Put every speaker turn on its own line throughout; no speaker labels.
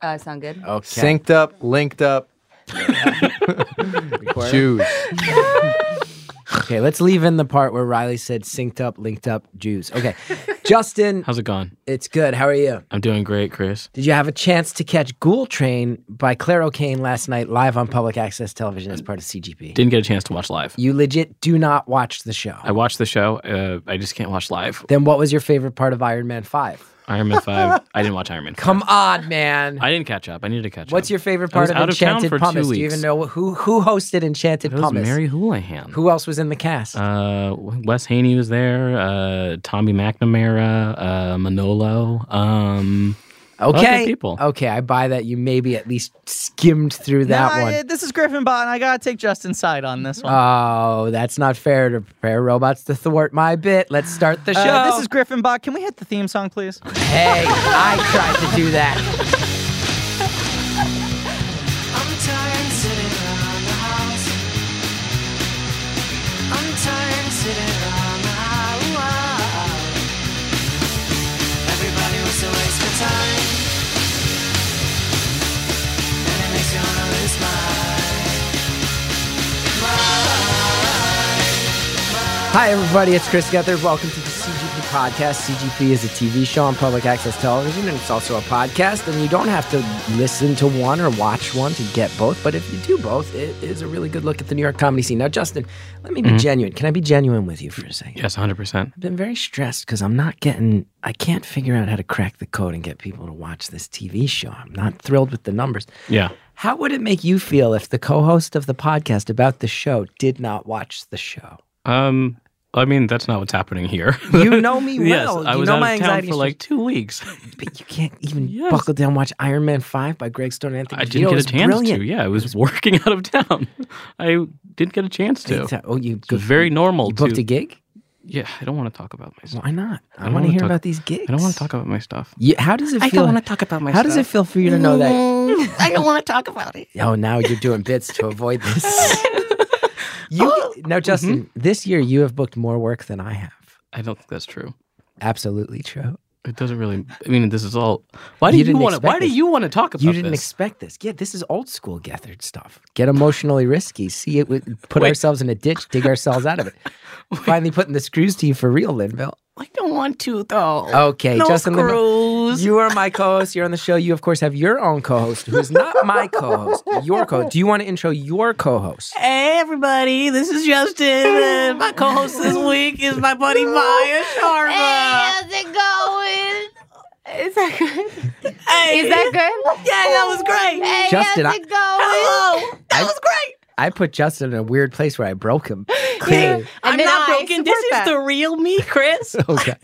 Uh, sound good?
Okay.
Synced up, linked up,
Record.
choose.
Okay, let's leave in the part where Riley said synced up, linked up, Jews. Okay. Justin,
How's it going?
it's good. How are you?
I'm doing great, Chris.
Did you have a chance to catch Ghoul Train by Claire O'Kane last night live on public access television as part of CGP?
Didn't get a chance to watch live.
you legit do not watch the show.
I watched the show. Uh, I just can't watch live.
then what was your favorite part of Iron Man 5?
Iron Man 5. I didn't watch Iron Man 5.
Come on, man.
I didn't catch up. I needed to catch up.
What's your favorite
I
part
was
of
out of town
Enchanted
for two
Pumice? Do you
weeks.
even know who who hosted Enchanted
It was
Pumice?
Mary Houlihan.
Who else was in the cast?
Uh, Wes Haney was there. Uh, Tommy McNamara. Uh, Manolo. Um, lot of good
okay.
people.
Okay, I buy that you maybe at least skimmed through that
Nah,
one.
I- uh, this is Griffin Bot, and I gotta take Justin's side on this one.
Oh, that's not fair to prepare robots to thwart my bit. Let's start the show.
Uh, This is Griffin Bot. Can we hit the theme song, please?
hey, I tried to do that.
I'm tired sitting around the house. I'm tired sitting around the house. Everybody wants to waste my time, and it makes me wanna lose my
Hi, everybody. It's Chris Gethard. Welcome to the CGP podcast. CGP is a TV show on public access television, and it's also a podcast. And you don't have to listen to one or watch one to get both. But if you do both, it is a really good look at the New York comedy scene. Now, Justin, let me be genuine. Can I be genuine with you for a second?
yes, 100%.
I've been very stressed because I'm not getting, I can't figure out how to crack the code and get people to watch this TV show. I'm not thrilled with the numbers.
Yeah.
How would it make you feel if the co host of the podcast about the show did not watch the show?
Um, I mean, that's not what's happening here.
You know me well.
yes, I
you
was
know
out
my
of town
anxiety
for
is
like two weeks.
But you can't even
Yes.
buckle down and watch Iron Man 5 by Greg Stone and Anthony
I didn't
Giroux.
get
It's
a chance
brilliant.
to. Yeah, I was, working out of town. I didn't get a chance to. It's
It's- Oh, you, go,
very normal
you booked
to.
a gig?
yeah, I don't want to talk about my stuff.
Why not? I, want
don't wanna
to hear
talk-
about these gigs.
I don't want to talk about my stuff.
You, how does it feel? I don't want to talk about my How does it feel for you to know that? Mm-hmm. I don't want to talk about it. Oh, now you're doing bits to avoid this. you now, Justin. This year, you have booked more work than I have.
I don't think that's true.
Absolutely true.
It doesn't really. I mean, this is all. Why do
You
you,
didn't
want to?
expect
Why do
this.
you want to talk about
you didn't
this?
expect this. Yeah, this is old school Gethard stuff. Get emotionally risky. See it. with- Put
Wait.
ourselves in a ditch. Dig ourselves out of it. Finally, putting the screws to you for real, Linville.
I don't want to though.
Okay, Justin Linville,
Oh, screws.
you are my co-host. You're on the show. You, of course, have your own co-host, who is not my co-host. Your co. Do you want to intro your co-host?
Hey, everybody, this is Justin. Uh, my co host this week is my buddy Maya Sharma.
how's it going? Is that good?
Hey.
Is that good?
Yeah, that was great.
Hey,
Justin,
how's
I-
it going?
Hello. That
I-
was great.
I put Justin in a weird place where I broke him. Clearly.
I'm
then
not
I
broken.
support
This is
that.
the real me, Chris.
Okay.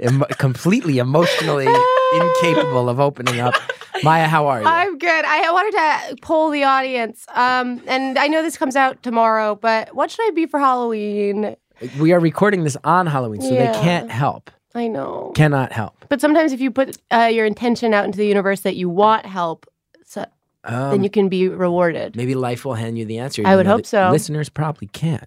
Em- completely emotionally incapable of opening up. Maya, how are you?
I'm good. I wanted to poll the audience. Um, and I know this comes out tomorrow, but what should I be for Halloween?
we are recording this on Halloween, so they
Yeah.
can't help.
I know.
Cannot help.
But sometimes if you put uh, your intention out into the universe that you want help, so,
Um,
then you can be rewarded.
maybe life will hand you the answer.
I
even
would
though
hope
the
so.
Listeners probably can't.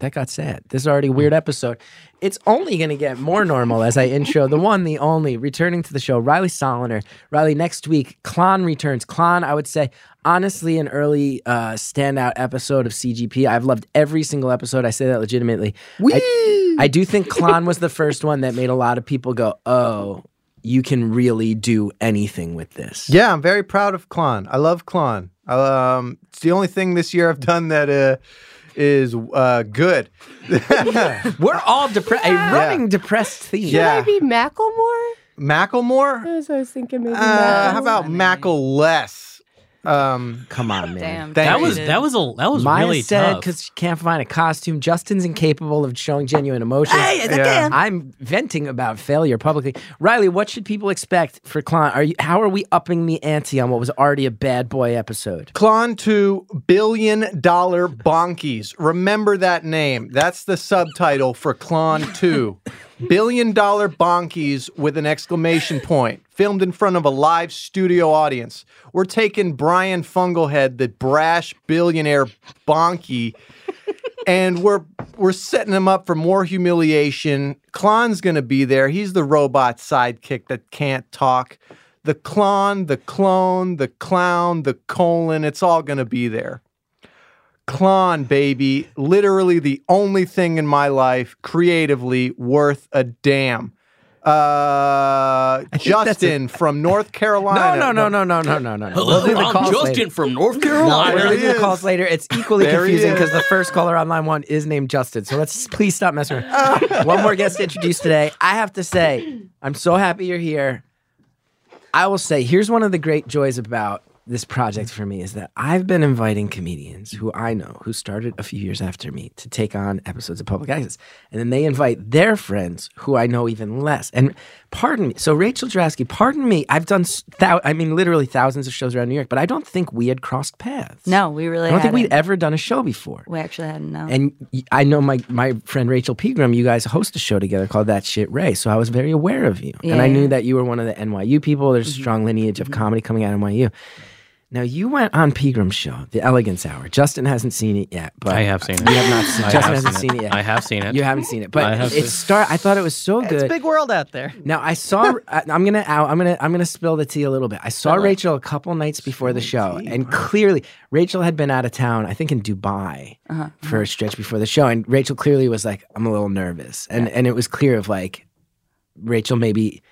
That got sad. This is already a weird episode. It's only going to get more normal as I intro the one, the only, returning to the show, Riley Soliner. Riley, next week, Klon returns. Klon, I would say, honestly, an early uh, standout episode of CGP. I've loved every single episode. I say that legitimately. I, I do think Klon was the first one that made a lot of people go, oh, you can really do anything with this.
Yeah, I'm very proud of Klon. I love Klon. Um, it's the only thing this year I've done that uh, is uh, good.
We're all depressed. A running depressed theme.
Yeah.
Should I be Macklemore?
Macklemore?
That's what I was thinking maybe.
Uh, how
Macklemore.
about Mackleless? Um,
Come on, man.
thank
That
you.
was that was a that was
Maya
really
said
tough.
because she can't find a costume. Justin's incapable of showing genuine emotions.
yeah.
I'm venting about failure publicly. Riley, what should people expect for Klon? Are you? How are we upping the ante on what was already a bad boy episode?
Klon to Billion Dollar Bonkies. Remember that name. That's the subtitle for Klon 2. Billion Dollar Bonkies with an exclamation point. Filmed in front of a live studio audience. We're taking Brian Funglehead, the brash billionaire bonky, and we're we're setting him up for more humiliation. Klon's gonna be there. He's the robot sidekick that can't talk. The clon, the clone, the clown, the colon, it's all gonna be there. Klon, baby, literally the only thing in my life creatively worth a damn. Uh, Justin from North
No,
Carolina.
no, no, no, no, no, no, no. We'll do the
Hello,
calls
I'm Justin
later.
from North
We'll
There
Carolina.
he
do the
is.
calls later. It's equally
There he
confusing because
is.
the first caller on line one is named Justin. So let's please stop messing around. one more guest to introduce today. I have to say, I'm so happy you're here. I will say, here's one of the great joys about this project for me is that I've been inviting comedians who I know who started a few years after me to take on episodes of Public Access. And then they invite their friends who I know even less. And pardon me. So, Rachel Drasky, pardon me. I've done, s- thou- I mean, literally thousands of shows around New York, but I don't think we had crossed paths.
No, we really. Uh-huh.
I don't think
hadn't.
we'd ever done a show before.
We actually hadn't. No.
And y- I know my, my friend Rachel Pegram, you guys host a show together called That Shit Ray. So I was very aware of you. And I
Yeah. Mm-hmm.
knew that you were one of the NYU people. There's a strong lineage of comedy coming out of NYU. Now, you went on Pegram's show, The Elegance Hour. Justin hasn't seen it yet, but
I have seen it.
You have not seen
I
it. Justin
have
hasn't
seen
seen it.
it.
yet.
I have seen it.
You haven't seen it,
I
but
have
it
seen-
start. I thought it was so
It's a
good.
big world out there.
Now I saw. I, I'm gonna. out- I'm gonna. I'm gonna spill the tea a little bit. I saw Rachel a couple nights before the show, and clearly Rachel had been out of town. I think in Dubai
Uh-huh.
for a stretch before the show, and Rachel clearly was like, "I'm a little nervous," and and it was clear of like, Rachel maybe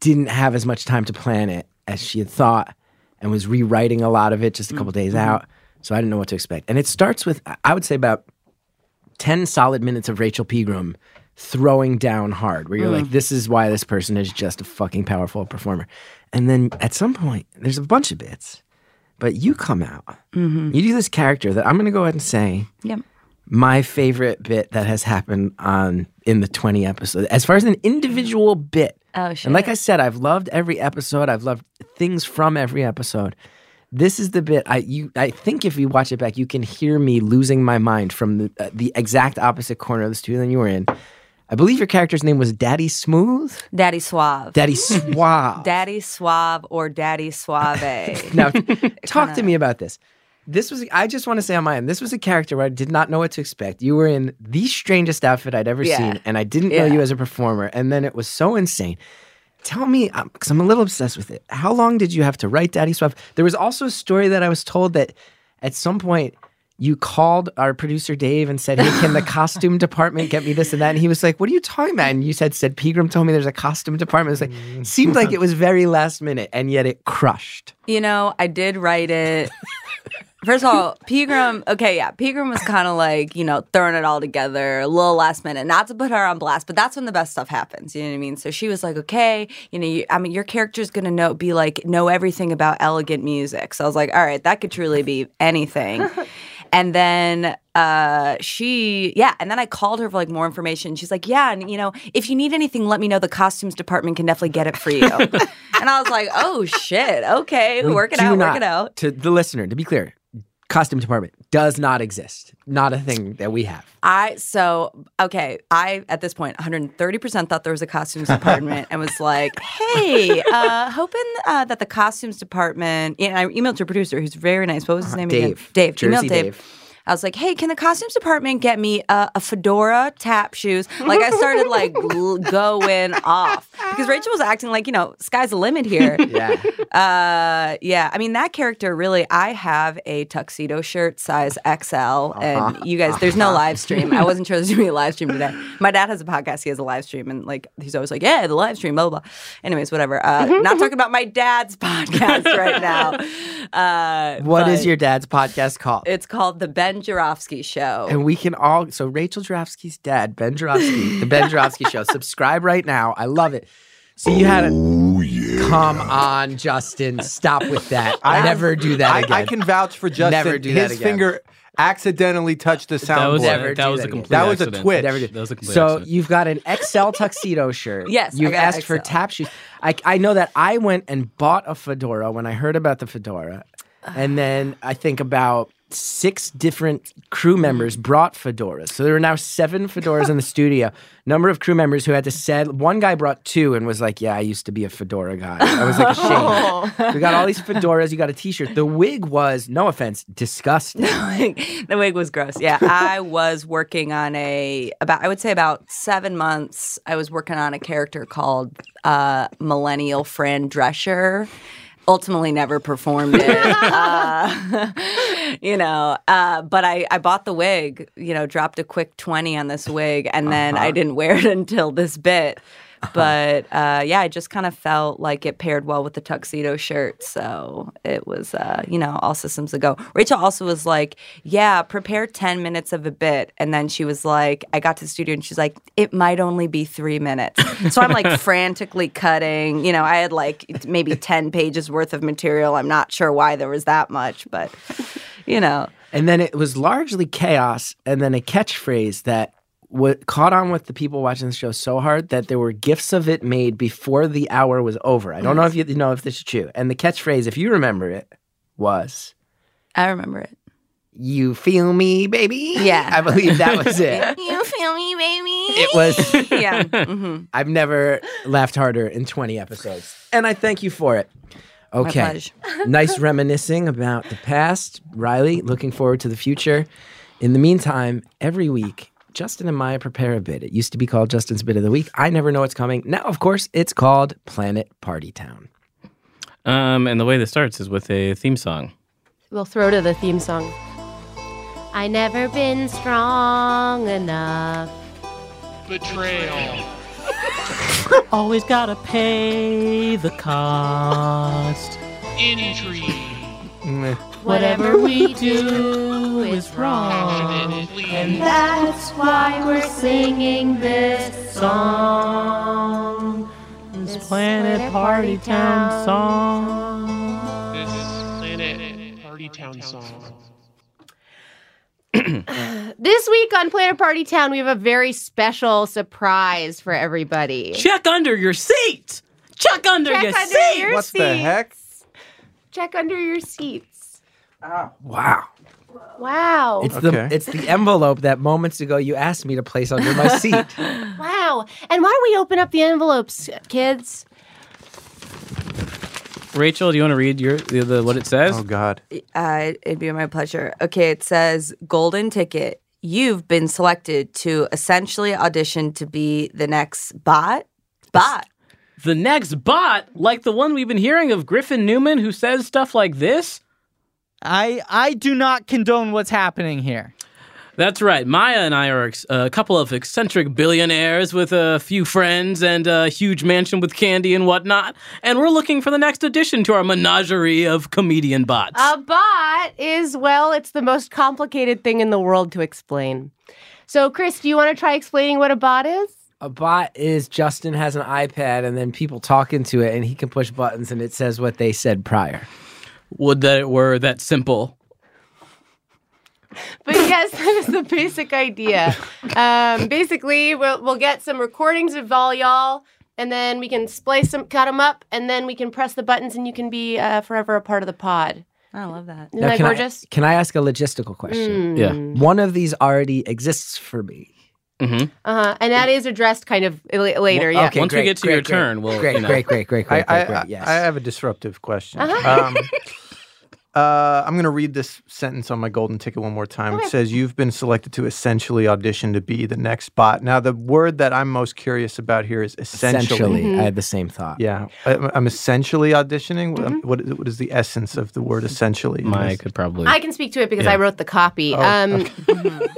didn't have as much time to plan it as she had thought, and was rewriting a lot of it just a couple days out. So I didn't know what to expect, and it starts with I- I would say about 10 solid minutes of Rachel Pegram throwing down hard, where you're like, this is why this person is just a fucking powerful performer. And then at some point, there's a bunch of bits, but you come out. You do this character that I'm going to go ahead and say
Yep.
my favorite bit that has happened on in the 20 episodes as far as an individual bit
Oh, shit.
and like i said i've loved every episode i've loved things from every episode this is the bit i you i think if you watch it back you can hear me losing my mind from the, uh, the exact opposite corner of the studio than you were in i believe your character's name was daddy smooth
Daddy Suave.
daddy suave
Daddy Suave or Daddy Suave.
now talk to me about this this was i just want to say on my end this was a character where i did not know what to expect you were in the strangest outfit i'd ever
Yeah.
seen and i didn't know
Yeah.
you as a performer and then it was so insane tell me because i'm a little obsessed with it how long did you have to write daddy swap there was also a story that i was told that at some point you called our producer Dave and said, "Hey, can the costume department get me this and that?" And he was like, "What are you talking about?" And you said, "Said Pegram told me there's a costume department." It's
Mm.
like seemed like it was very last minute, and yet it crushed.
You know, I did write it. First of all, Pegram, okay, yeah, Pegram was kind of like, you know, throwing it all together a little last minute. Not to put her on blast, but that's when the best stuff happens. You know what I mean? So she was like, okay, you know, you, I mean, your character's going to know, be like, know everything about elegant music. So I was like, all right, that could truly be anything. And then uh, she, yeah, and then I called her for like more information. She's like, yeah, and you know, if you need anything, let me know. The costumes department can definitely get it for you. and I was like, oh shit, okay,
We
work it
do
out,
not-
work it out.
To the listener, to be clear, costume department does not exist. Not a thing that we have.
I so okay. I at this point, 130 percent thought there was a costumes department, and was like, "Hey, uh, hoping uh, that the costumes department." And I emailed to a producer who's very nice. What was his name
Uh-huh.
again?
Dave.
Dave.
Jersey
emailed Dave.
Dave.
I was like, hey, can the costumes department get me a, a fedora, tap shoes? Like I started like gl- going off because Rachel was acting like you know sky's the limit here.
Yeah.
Uh, yeah. I mean that character really. I have a tuxedo shirt size XL, and you guys, there's no live stream. I wasn't sure there's gonna be a live stream today. My dad has a podcast. He has a live stream, and like he's always like, yeah, the live stream, blah blah. blah. Anyways, whatever. Uh,
Mm-hmm,
not talking about my dad's podcast right now. Uh,
What is
but
your dad's podcast called?
It's called the Ben Jarofsky Show.
and we can all so Rachel Jarofsky's dad, Ben Jarofsky, the Ben Jarofsky show. Subscribe right now. I love it. So you had a Come on, Justin. Stop with that. I never do that
I,
again.
I can vouch for Justin.
Never do that
His
again.
finger accidentally touched the soundboard.
That was,
Never
that,
do
was
that
a
again.
complete
That was a
accident.
twitch.
That was a complete
so
accident.
you've got an XL tuxedo shirt.
Yes, I
You've
got
asked for
XL.
tap shoes. I, I know that I went and bought a fedora when I heard about the fedora. And then I think about six different crew members brought fedoras. So there are now seven fedoras in the studio. Number of crew members who had to said one guy brought two and was like, Yeah, I used to be a fedora guy. I was like ashamed. so we got all these fedoras, you got a t shirt. The wig was, no offense, disgusting.
the wig was gross. Yeah, I was working on a about I would say about seven months. I was working on a character called uh, Millennial Fran Drescher. Ultimately, never performed it. Uh, you know, uh, but I I bought the wig. You know, dropped a quick twenty on this wig, and then I didn't wear it until this bit. But uh, yeah, I just kind of felt like it paired well with the tuxedo shirt. So it was, uh, you know, all systems a go. Rachel also was like, yeah, prepare 10 minutes of a bit. And then she was like, I got to the studio and she's like, it might only be three minutes. So I'm like frantically cutting. You know, I had like maybe 10 pages worth of material. I'm not sure why there was that much, but, you know.
And then it was largely chaos, and then a catchphrase that what caught on with the people watching the show so hard that there were gifs of it made before the hour was over. I don't know if you know if this is true. And the catchphrase, if you remember it, was
I remember it.
"You feel me, baby."
Yeah.
I believe that was it.
You feel me, baby?
It was.
yeah. hmm
I've never laughed harder in 20 episodes, and I thank you for it. Okay,
pleasure.
nice reminiscing about the past, Riley. Looking forward to the future. In the meantime, every week, Justin and Maya prepare a bit. It used to be called Justin's Bit of the Week. I never know what's coming. Now, of course, it's called Planet Party Town.
Um, and the way this starts is with a theme song.
We'll throw to the theme song. I never been strong enough.
Betrayal.
Always gotta pay the cost.
Intrigue.
Whatever we do is wrong.
Confident lead.
That's why we're singing this song.
This planet party town song.
This planet party town song.
This week on Planet Party Town, we have a very special surprise for everybody.
Check under your seat. Check under
Check
your
under
seat.
your
What
seats.
the heck?
Check under your seats.
Wow.
Oh.
Wow.
It's
Okay.
the it's the envelope that moments ago you asked me to place under my seat.
wow. And why don't we open up the envelopes, kids?
Rachel, do you want to read your the, the what it says?
Oh God.
Uh, it'd be my pleasure. Okay, it says golden ticket. You've been selected to essentially audition to be the next bot. Bot.
The next bot, like the one we've been hearing of Griffin Newman, who says stuff like this.
I I do not condone what's happening here.
That's right. Maya and I are ex- uh, a couple of eccentric billionaires with a few friends and a huge mansion with candy and whatnot. And we're looking for the next addition to our menagerie of comedian bots.
A bot is, well, it's the most complicated thing in the world to explain. So, Chris, do you want to try explaining what a bot is?
A bot is Justin has an iPad and then people talk into it and he can push buttons and it says what they said prior.
Would that it were that simple.
But yes, that is the basic idea. Um, basically, we'll, we'll get some recordings of all y'all, and then we can splice them, cut them up, and then we can press the buttons, and you can be uh, forever a part of the pod.
I love that.
Isn't
Now,
that
can I-
gorgeous?
can I ask a logistical question?
Mm.
Yeah. Mm-hmm.
One of these already exists for me.
Uh-huh. And that is addressed kind of la- later, yeah.
Once we get to your turn, we'll,
great,
you know.
great, Uh-huh. great, great, great,
I,
great,
I,
great,
I-
Yes.
Uh-huh.
I have a disruptive question. Um, Uh, I'm going to read this sentence on my golden ticket one more time. It says, You've been selected to essentially audition to be the next bot. Now, the word that I'm most curious about here is essentially.
Essentially, I
Mm-hmm.
Mm-hmm.
had the same thought.
Yeah. I, I'm essentially auditioning. What-
Mm-hmm.
what, what is the essence of the word essentially? I
could probably.
I can speak to it because
Yeah.
I wrote the copy.
Oh,
um,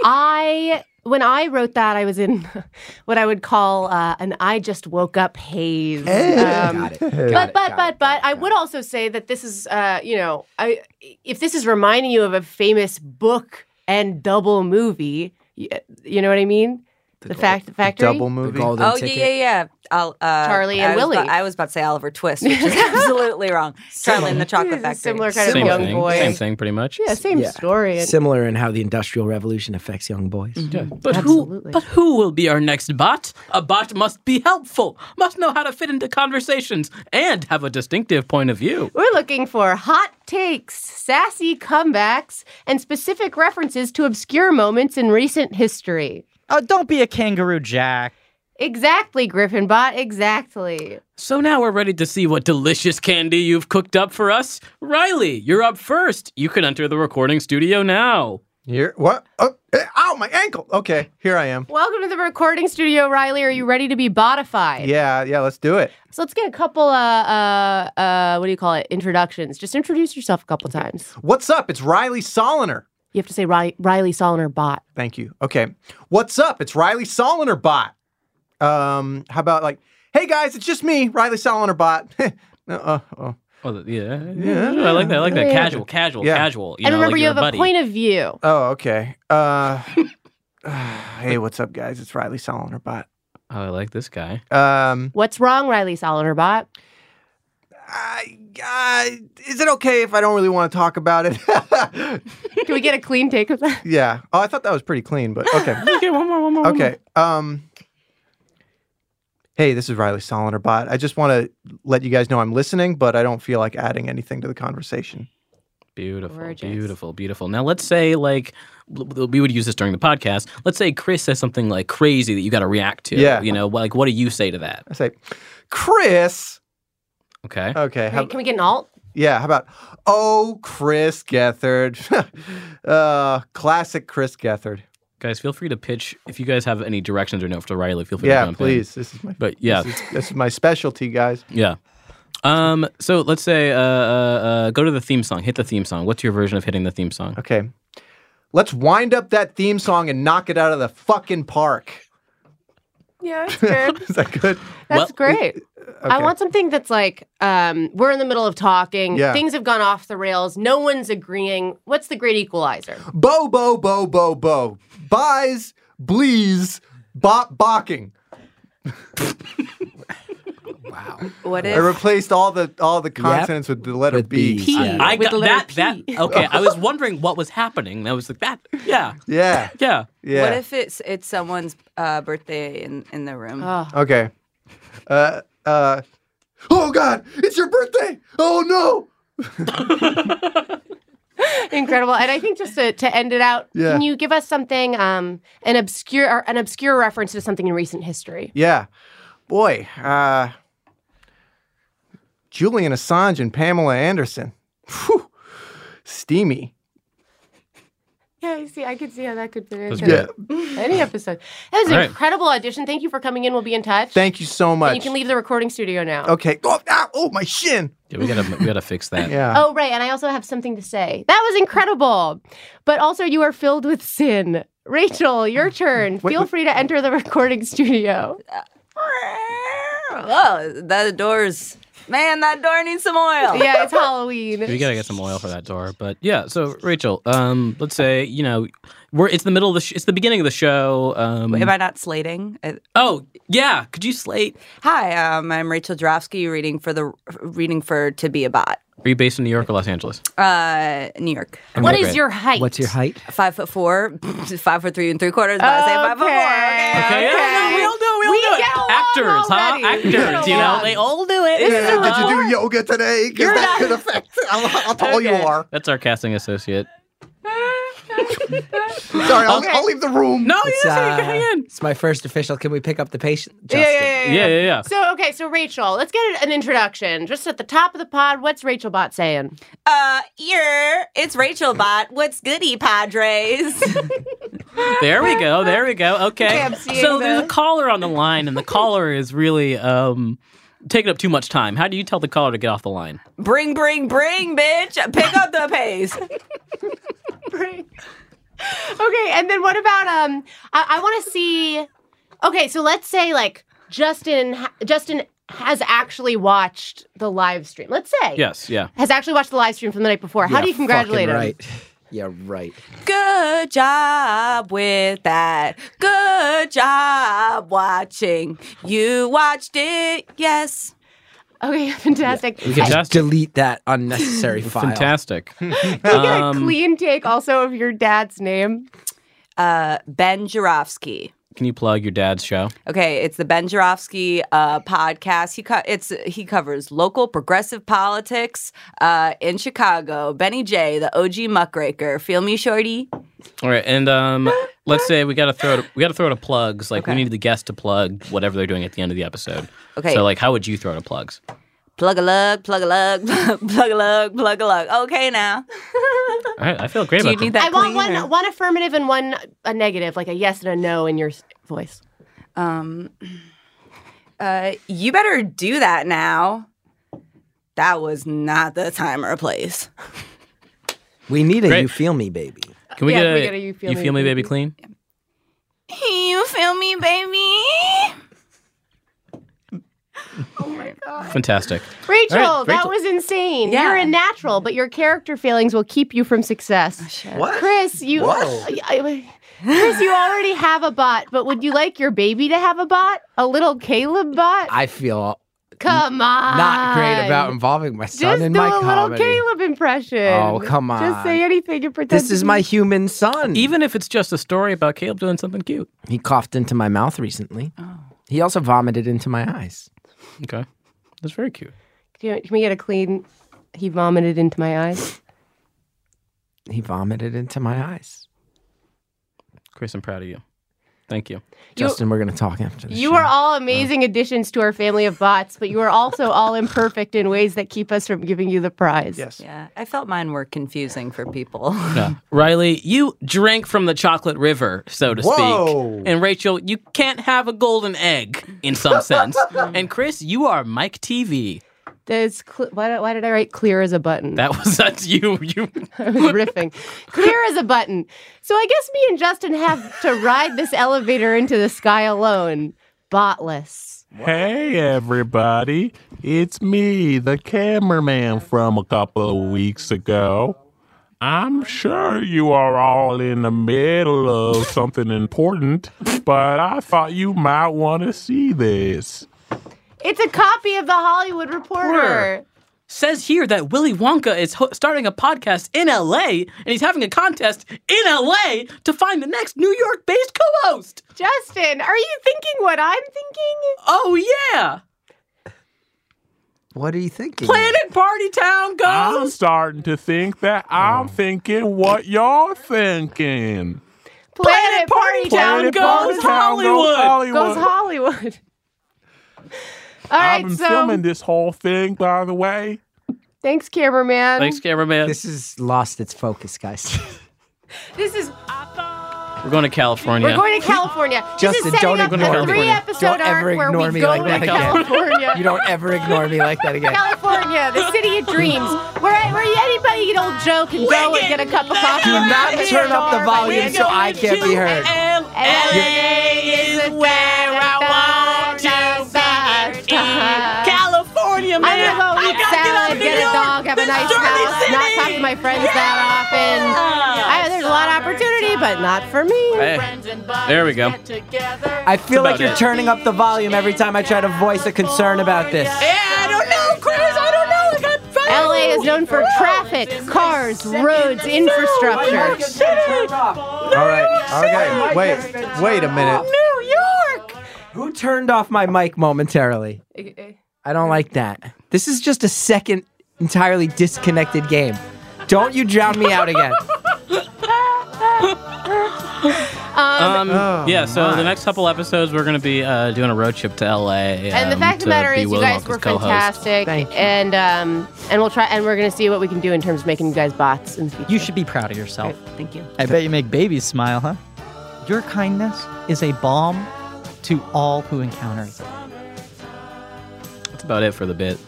I when I wrote that, I was in what I would call uh, an "I just woke up" haze. Um, but but but but I would also say that this is uh, you know I, if this is reminding you of a famous book and double movie, you, you know what I mean? The, fact the factory
golden
oh
ticket.
yeah, yeah, yeah. I'll, uh,
Charlie
I
and
was
Willie.
about- I was about to say Oliver Twist, which is absolutely wrong. Charlie and the Chocolate Factory.
Similar kind
Same
of young
thing.
boy.
Same thing, pretty much.
Yeah, same
Yeah.
story.
Similar in how the Industrial Revolution affects young boys.
But who? But who will be our next bot? A bot must be helpful, must know how to fit into conversations, and have a distinctive point of view.
We're looking for hot takes, sassy comebacks, and specific references to obscure moments in recent history.
Oh, don't be a kangaroo, Jack.
Exactly, Griffinbot. Exactly.
So now we're ready to see what delicious candy you've cooked up for us. Riley, you're up first. You can enter the recording studio now.
Here, what? Oh, eh, ow, my ankle. Okay, here I am.
Welcome to the recording studio, Riley. Are you ready to be botified?
Yeah, yeah, let's do it.
So let's get a couple. Uh, uh, uh, what do you call it? Introductions. Just introduce yourself a couple times.
What's up? It's Riley Soliner.
You have to say Ri- Riley Soliner Bot.
Thank you. Okay. What's up? It's Riley Soliner Bot. Um, how about like, hey guys, it's just me, Riley Soliner Bot. uh, uh, uh.
Oh, th- yeah.
Yeah.
I like that. I like that.
Yeah.
Casual, casual,
Yeah.
casual. You
and
know,
remember,
like
you
you're
have
a
a
buddy.
point of view.
Oh, okay. Uh, hey, what's up, guys? It's Riley Soliner Bot.
Oh, I like this guy.
Um,
What's wrong, Riley Soliner Bot?
I, I, is it okay if I don't really want to talk about it?
Can we get a clean take of that?
yeah. Oh, I thought that was pretty clean, but okay.
Okay, one more, one more. one more.
Okay. Um Hey, this is Riley Soliner bot. I just want to let you guys know I'm listening, but I don't feel like adding anything to the conversation.
Beautiful,
Gorgeous.
beautiful, beautiful. Now let's say like l- we would use this during the podcast. Let's say Chris says something like crazy that you got to react to.
Yeah.
You know, like what do you say to that?
I say, Chris.
Okay.
Okay. how-
Can we get an alt?
yeah. How about, oh, Chris Gethard. uh, classic Chris Gethard.
Guys, feel free to pitch if you guys have any directions or notes to Riley. Feel free to
Yeah,
jump in.
please. This is my.
But yeah,
This is, this is my specialty, guys.
yeah. Um. So let's say uh, uh, uh go to the theme song. Hit the theme song. What's your version of hitting the theme song?
Okay. Let's wind up that theme song and knock it out of the fucking park.
Yeah, that's fair.
Is that good?
That's great. I
Okay.
want something that's like um, we're in the middle of talking.
Yeah.
Things have gone off the rails. No one's agreeing. What's the great equalizer?
Bo bo bo bo bo. Buys, blees, bop bocking.
What
I
is?
replaced all the all the consonants with the letter
With
B.
Bs. Yeah.
I
With
got
the letter
that.
P.
That okay. I was wondering what was happening. I was like that. Yeah.
Yeah.
Yeah.
Yeah.
What if it's it's someone's uh, birthday in in the room?
Oh,
okay. Uh uh Oh god, it's your birthday. Oh no.
incredible! And I think just to, to end it out,
Yeah.
can you give us something um, an obscure or an obscure reference to something in recent history?
Yeah. Boy, uh Julian Assange and Pamela Anderson. Phew. Steamy.
Yeah, I see. I could see how that could fit
That's
into
good.
any episode. That was an
All right.
incredible audition. Thank you for coming in. We'll be in touch.
Thank you so
And
much.
you can leave the recording studio now.
Okay. Oh, ow, oh my shin.
Yeah. We gotta we gotta fix that.
Yeah.
Oh, right. And I also have something to say. That was incredible. But also, you are filled with sin. Rachel, your turn. Feel free to enter the recording studio.
Oh, that door's man. That door needs some oil.
Yeah, it's Halloween.
We gotta get some oil for that door, but yeah. So Rachel, um, let's say you know we're it's the middle of the sh- it's the beginning of the show. Um,
Am I not slating? I-
oh yeah, could you slate?
Hi, um, I'm Rachel Drofsky, reading for the reading for to be a bot.
Are you based in New York or Los Angeles?
Uh, New York,
What is
Okay.
your height?
What's your height?
five foot four, five foot three and three quarters. But I say five foot four. Okay.
Okay, yeah, yeah, we all do it. We all
We
do it.
get along
Actors,
already.
huh?
We get
Actors, you know,
along.
they all do it.
Yeah, Did you do yoga today? Because that could affect how, how tall you are.
That's our casting associate.
Sorry, I'll, I'll leave the room.
No,
it's, uh, It's my first official. Can we pick up the patient? Justin.
So okay, so Rachel, let's get an introduction. Just at the top of the pod, what's Rachel Bot saying?
Uh, yeah, it's Rachel Bot. What's goody, Padres?
There we go. There we go. Okay.
Okay, I'm seeing
so there's a
this.
caller on the line, and the caller is really um, taking up too much time. How do you tell the caller to get off the line?
bring, bring, bring, bitch. Pick up the pace.
Okay, and then what about um? I, I want to see. Okay, so let's say like Justin. ha- Justin has actually watched the live stream. Let's say
Yes. Yeah.
has actually watched the live stream from the night before. How
Yeah,
do you congratulate
fucking
him?
Right. Yeah, right.
Good job with that. Good job watching. You watched it, yes.
Okay, fantastic.
We can just delete that unnecessary file.
Fantastic. Um,
Can I get a clean take also of your dad's name?
Uh, ben Jarofsky.
Can you plug your dad's show?
Okay, it's the Ben Jarofsky uh, podcast. He co- it's he covers local progressive politics uh, in Chicago. Benny J, the OG muckraker. Feel me, shorty?
All right, and um, let's say we gotta throw it, we gotta throw it a plugs. Like we need the guest to plug whatever they're doing at the end of the episode.
Okay.
So like, how would you throw it a plugs?
Plug a lug, plug a lug, plug a lug, plug a lug. Okay, now.
All right, I feel great
Do you
about
need
that.
that
I want
clean
one
or-
one affirmative and one a negative, like a yes and a no in your s- voice.
Um, uh, you better do that now. That was not the time or place.
We need a
Great.
you feel me, baby.
Can we
Yeah,
get
we
a
get a You Feel
me, baby,
Me, Baby.
clean?
You feel me, baby?
Oh
Fantastic.
Rachel,
All right,
that
Rachel.
was insane.
Yeah.
You're a natural, but your character failings will keep you from success.
What?
Chris, you
Whoa.
I- I- Chris, you already have a bot, but would you like your baby to have a bot? A little Caleb bot?
I feel
Come on.
not great about involving my son
Just
in
do
my
a little
comedy.
Caleb impression.
Oh, come
Just say
on.
anything and pretend.
This
to
is
be-
my human son.
Even if it's just a story about Caleb doing something cute.
he coughed into my mouth recently.
Oh.
He also vomited into my eyes.
Okay, that's very cute.
Can can we get a clean? He vomited into my eyes.
He vomited into my eyes.
Chris, I'm proud of you. Thank you.
You-
Justin, we're gonna talk after this.
You are all amazing additions to our family of bots, but you are also all imperfect in ways that keep us from giving you the prize.
Yes.
Yeah, I felt mine were confusing for people.
Riley, you drank from the chocolate river, so to
Whoa.
speak. And Rachel, you can't have a golden egg in some sense. and Chris, you are Mike TV.
There's cl- why, did- why did I write clear as a button?
That was that's you. You
I was riffing. Clear as a button. So I guess me and Justin have to ride this elevator into the sky alone, botless.
Hey everybody, it's me, the cameraman from a couple of weeks ago. I'm sure you are all in the middle of something important, but I thought you might want to see this.
It's a copy of the Hollywood Reporter.
says here that Willy Wonka is ho- starting a podcast in LA and he's having a contest in LA to find the next New York-based co-host.
Justin, are you thinking what I'm thinking?
Oh yeah.
What are you thinking?
Planet Party Town
I'm
goes.
starting to think that I'm thinking what you're thinking.
Planet, Party Town
Planet Party
goes
Town
Hollywood.
goes Hollywood. All
I've
right,
been
so
filming this whole thing, by the way.
thanks, cameraman.
Thanks, cameraman.
This is lost its focus, guys.
This is
We're going to California.
we're going to California. this
Justin,
is setting
don't
up
ignore
a
me.
three-episode
Don't
arc
ever
where
ignore
we
me
go
like
to
that again.
California.
you don't ever ignore me like that again.
California, the city of dreams, where, where anybody can old Joe can go and get a cup of coffee.
Do not turn up the volume so I can't be heard.
LA is where I want to be. California, man. I'm gonna go eat salad, get a dog, have a nice house, not talk to my friends that often. I, there's a lot of opportunity, but not for me.
there we go.
I feel like
about
you're
it.
turning up the volume every time I try to voice a concern about this.
LA is known for traffic, cars, roads, infrastructure.
All right. Okay. Wait. Wait a minute.
Who turned off my mic momentarily? I don't like that. This is just a second entirely disconnected game. Don't you drown me out again.
Um,
Um,
Oh,
yeah, so the next couple episodes, we're going to be uh, doing a road trip to LA.
and the
um,
fact of
to
the matter
be
is, you
Willy
guys
Wonka's
were
co-host.
fantastic, and um, and we'll try, and we're gonna see what we can do in terms of making you guys bots in the future.
You should be proud of yourself.
Thank you.
I bet you make babies smile, huh? Your kindness is a balm to all who encounter it.
That's about it for the bit.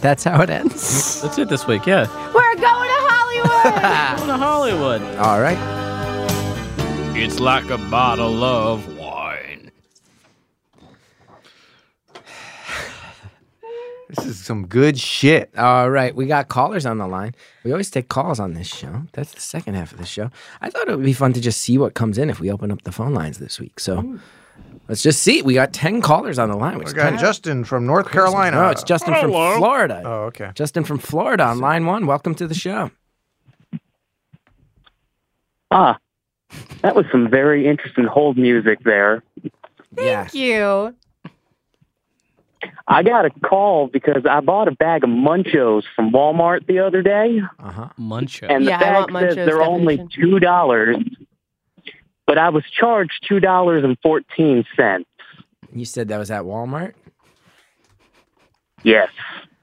That's how it ends.
That's it this week, yeah.
We're going to Hollywood.
going to Hollywood.
All right.
It's like a bottle of wine.
This is some good shit. All right, we got callers on the line. We always take calls on this show. That's the second half of the show. I thought it would be fun to just see what comes in if we open up the phone lines this week. So let's just see. We got ten callers on the line. Which
We
is
got
kinda
Justin from North
crazy.
Carolina.
No, it's Justin
Hello.
from Florida.
Oh, okay.
Justin from Florida on line one. Welcome to the show.
Ah, that was some very interesting hold music there.
Thank you.
I got a call because I bought a bag of Munchos from Walmart the other day,
Uh
Uh-huh.
huh. Muncho.
and the bag says they're only two dollars, but I was charged two dollars and fourteen cents.
You said that was at Walmart.
Yes.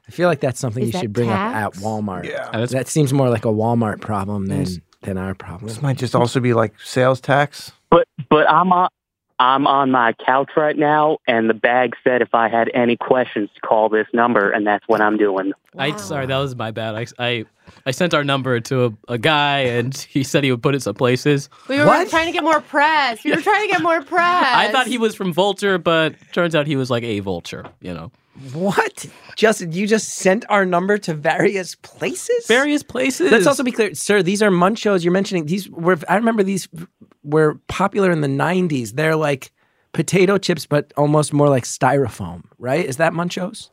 I feel like that's something
Is
you
that
should bring up
tax?
at Walmart. Yeah. That seems more like a Walmart problem than, than our problem.
This might just also be like sales tax.
But but I'm on I'm on my couch right now, and the bag said if I had any questions to call this number, and that's what I'm doing.
I sorry, that was my bad. I, I, I sent our number to a, a guy, and he said he would put it some places.
We were trying to get more press. We were trying to get more press.
I thought he was from Vulture, but turns out he was like a vulture. You know,
What? Justin, you just sent our number to various places?
Various places.
Let's also be clear, sir, these are munchos you're mentioning. These were I remember these were popular in the 90s. They're like potato chips but almost more like styrofoam, right? Is that munchos?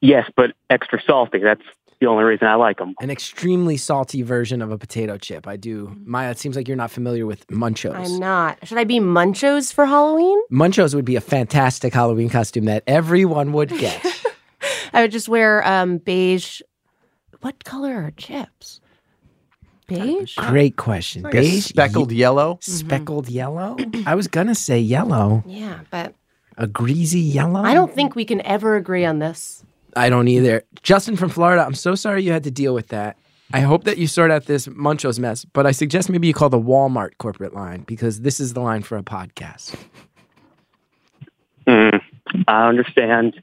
Yes, but extra salty. That's the only reason I like them.
An extremely salty version of a potato chip. I do. Maya, it seems like you're not familiar with munchos.
I'm not. Should I be Munchos for Halloween?
Munchos would be a fantastic Halloween costume that everyone would get.
I would just wear um, beige. What color are chips? Beige.
Great question.
Like a speckled
yellow. Speckled yellow? I was going to say yellow.
Yeah, but
A greasy yellow?
I don't think we can ever agree on this.
I don't either. Justin from Florida, I'm so sorry you had to deal with that. I hope that you sort out this Munchos mess, but I suggest maybe you call the Walmart corporate line because this is the line for a podcast.
Mm, I understand.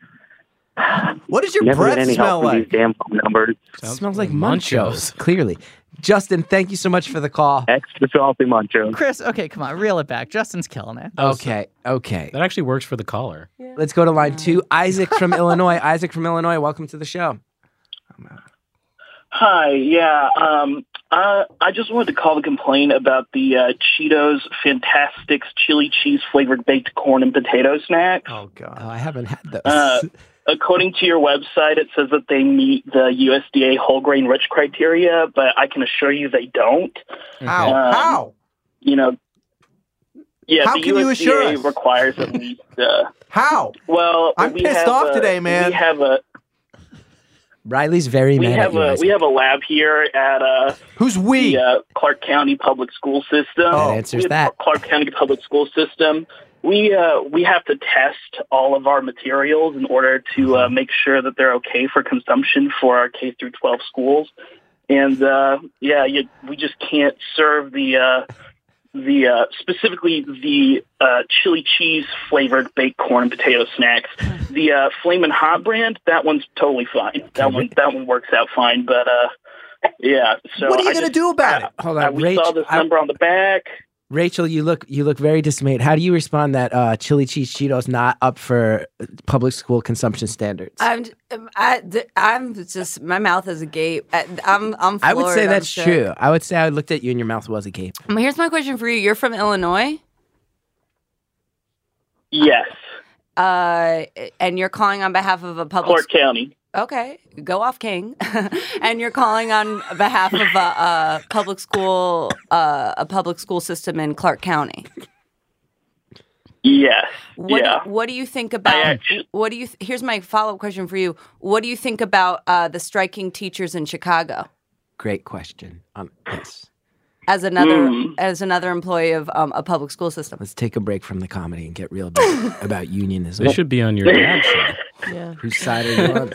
What does your
Never
breath
get any help
smell
from
like?
These damn phone numbers.
smells like munchos, clearly. Justin, thank you so much for the call.
Extra salty munchos.
Chris, okay, come on, reel it back. Justin's killing it.
Okay, okay.
That actually works for the caller.
Let's go to line two. Isaac from Illinois. Isaac from Illinois, welcome to the show.
Hi, yeah. Um, uh, I just wanted to call to complain about the uh, Cheetos Fantastics chili cheese flavored baked corn and potato snack.
Oh God,
I haven't had those.
Uh, according to your website, it says that they meet the USDA whole grain rich criteria, but I can assure you they don't.
How?
Um,
How?
You know, yeah.
How
the
can
USDA
you assure us?
requires at least. Uh,
How?
Well,
I'm
we
pissed
have
off
a-
today, man.
We have a
Riley's very
we
mad at
have
you.
a
Isaac.
we have a lab here at uh
who's
we the, uh, Clark County Public School System.
That answers
We-
that.
Clark County Public School System. We uh, we have to test all of our materials in order to uh, make sure that they're okay for consumption for our K through 12 schools. And uh, yeah, you, we just can't serve the uh, the uh, specifically the uh, chili cheese flavored baked corn and potato snacks. The uh, Flamin' Hot brand, that one's totally fine. That one that one works out fine. But uh, yeah, so
What are you
I
gonna
just-
do about
I-
it? Hold on,
I- we saw
Rach,
this
I-
number on the back.
Rachel, you look you look very dismayed. How do you respond that uh, chili cheese Cheetos not up for public school consumption standards?
I'm j- um, I, d- I'm just my mouth is agape. I, I'm I'm.
I would
floored,
say
I'm
that's
shook.
true. I would say I looked at you and your mouth was agape.
Um, Here's my question for you. You're from Illinois,
Yes,
uh, and you're calling on behalf of a public
Clark County.
Okay, go off, King. and you're calling on behalf of a, uh public school, uh, a public school system in Clark County.
Yes.
What
yeah.
do, What do you think about? What do you? Th- here's my follow up question for you. What do you think about uh, the striking teachers in Chicago?
Great question. Um, yes.
as another
Hmm.
Mm.
as another employee of um, a public school system.
Let's take a break from the comedy and get real about, about unionism.
This should be on your dad's show.
Yeah.
Whose side are you on?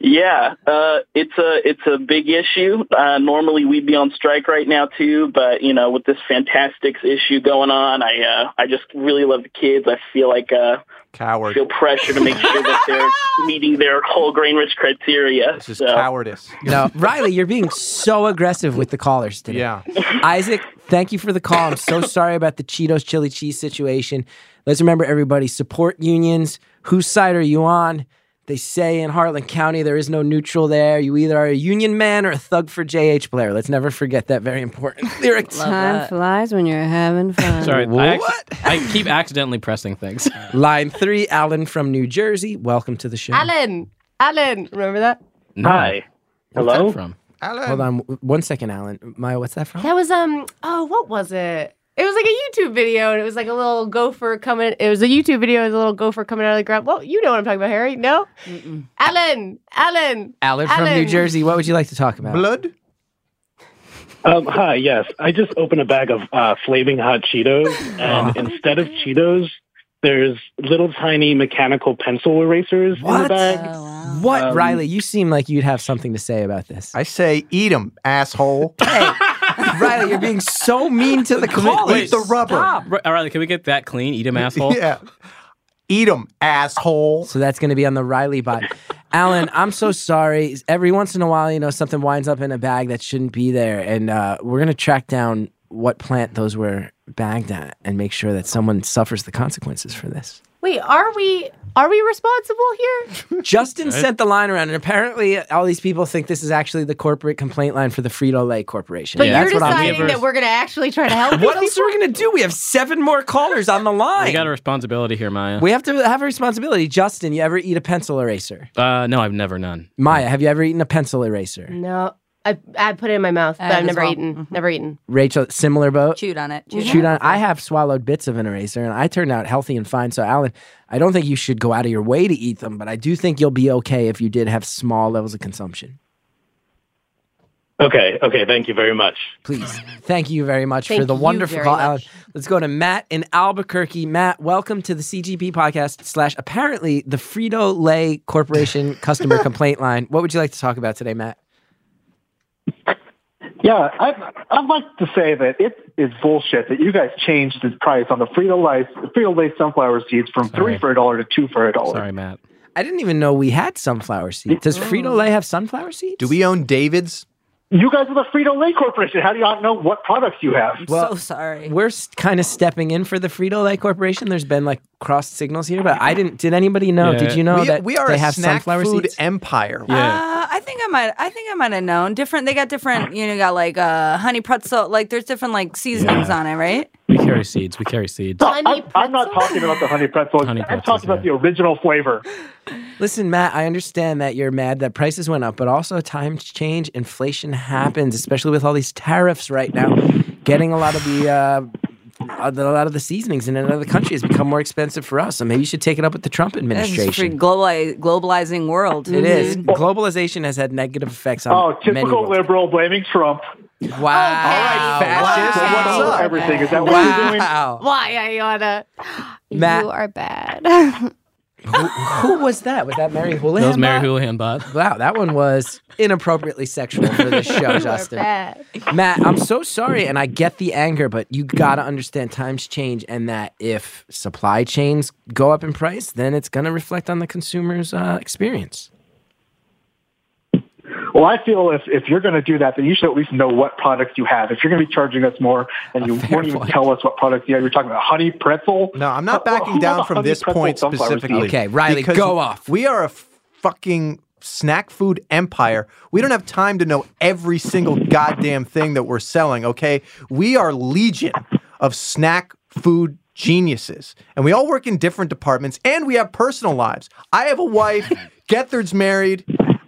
Yeah, uh, it's a it's a big issue. Uh, normally we'd be on strike right now too, but you know with this fantastics issue going on, I uh, I just really love the kids. I feel like uh,
Coward.
feel pressure to make sure that they're meeting their whole grain rich criteria. It's
just cowardice.
No, Riley, you're being so aggressive with the callers today. Yeah. Isaac, thank you for the call. I'm so sorry about the Cheetos chili cheese situation. Let's remember, everybody, support unions. Whose side are you on? They say in Harlan County there is no neutral there. You either are a union man or a thug for JH Blair. Let's never forget that very important lyric.
Time flies when you're having fun.
Sorry,
What?
I, acc- I keep accidentally pressing things.
Line three, Alan from New Jersey. Welcome to the show.
Alan, Alan, remember that?
Hi.
Hello? from?
Alan.
Hold on w- one second, Alan. Maya, what's that from?
That was um oh what was it? It was like a YouTube video and it was like a little gopher coming it was a YouTube video with a little gopher coming out of the ground. Well, you know what I'm talking about, Harry. No? Alan, Alan.
Alan from New Jersey. What would you like to talk about?
Blood.
Um, hi, yes. I just opened a bag of uh, flaming hot Cheetos, and instead of Cheetos, there's little tiny mechanical pencil erasers in the
What?
bag.
What,
Um,
Riley? You seem like you'd have something to say about this.
I say, eat them, asshole.
Riley, you're being so mean to the callers.
Wait, stop. Ri- Riley, can we get that clean? Eat him, asshole.
Yeah.
Eat them, asshole.
So that's going to be on the Riley bot. Alan, I'm so sorry. Every once in a while, you know, something winds up in a bag that shouldn't be there. And uh, we're going to track down what plant those were bagged at and make sure that someone suffers the consequences for this.
Wait, are we are we responsible here?
Justin sent the line around, and apparently, all these people think this is actually the corporate complaint line for the Frito Lay Corporation.
But you're deciding that we're gonna actually try to help.
What else are we going to do? We have seven more callers on the line.
We got a responsibility here, Maya.
We have to have a responsibility. Justin, you ever eat a pencil eraser?
Uh, no, I've never none.
Maya, have you ever eaten a pencil eraser?
No. I I put it in my mouth,
I
but
have
I've
as
never
well.
eaten. Never eaten.
Rachel, similar boat.
Mm-hmm. Chewed on it. Chewed,
Shoot on. I have swallowed bits of an eraser, and I turned out healthy and fine. So, Alan, I don't think you should go out of your way to eat them, but I do think you'll be okay if you did have small levels of consumption.
Okay, okay. Thank you very much.
Please. Thank you very much
Thank
for the
you
wonderful
very
call,
much.
Alan. Let's go to Matt in Albuquerque. Matt, welcome to the CGP podcast slash apparently the Frito Lay Corporation customer complaint line. What would you like to talk about today, Matt?
Yeah, I, I'd like to say that it is bullshit that you guys changed the price on the Frito Lay Frito Lay sunflower seeds from three for a dollar to two for a dollar.
Sorry, Matt.
I didn't even know we had sunflower seeds.
Oh.
Does Frito Lay have sunflower seeds?
Do we own David's?
You guys are the Frito Lay Corporation. How do you not know what products you have?
so sorry. We're kind of stepping in for the Frito Lay Corporation. There's been like crossed signals here, but I didn't. Did anybody know?
Yeah.
Did you know
We-
that
we are
they
a
have
snack
sunflower
food
seeds?
empire?
Uh, I think I might. I think I might have known. Different. They got different. You know, got like uh, honey pretzel. Like there's different like seasonings on it, right?
We carry seeds. We carry seeds.
I'm, I'm not talking about the honey pretzel. I'm talking about the original flavor.
Listen, Matt, I understand that you're mad that prices went up, but also times change, inflation happens, especially with all these tariffs right now. Getting a lot of the uh, a lot of the seasonings in another country has become more expensive for us. So maybe you should take it up with the Trump
This is
administration.
free globali- globalizing world.
It is. Globalization has had negative effects on
Oh,
many.
typical
worlds.
liberal blaming Trump.
Oh,
Wow. All right,
fascist. What's up? Everything. Is that what you're doing?
Wow.
Why, Ayana?
Matt-
You are bad.
who, who was that? Was that Mary Houlihan?
That was Mary
bot?
Houlihan bot.
Wow, that one was inappropriately sexual for this show, Justin. Matt, I'm so sorry, and I get the anger, but you gotta understand times change, and that if supply chains go up in price, then it's gonna reflect on the consumer's uh, experience.
Well, I feel if, if you're going to do that, then you should at least know what products you have. If you're going to be charging us more and you won't even tell us what products you have, you're talking about honey pretzel.
No, I'm not backing down from this point specifically. because We are a fucking snack food empire. We don't have time to know every single goddamn thing that we're selling, okay? We are legion of snack food geniuses. And we all work in different departments and we have personal lives. I have a wife, Gethard's married.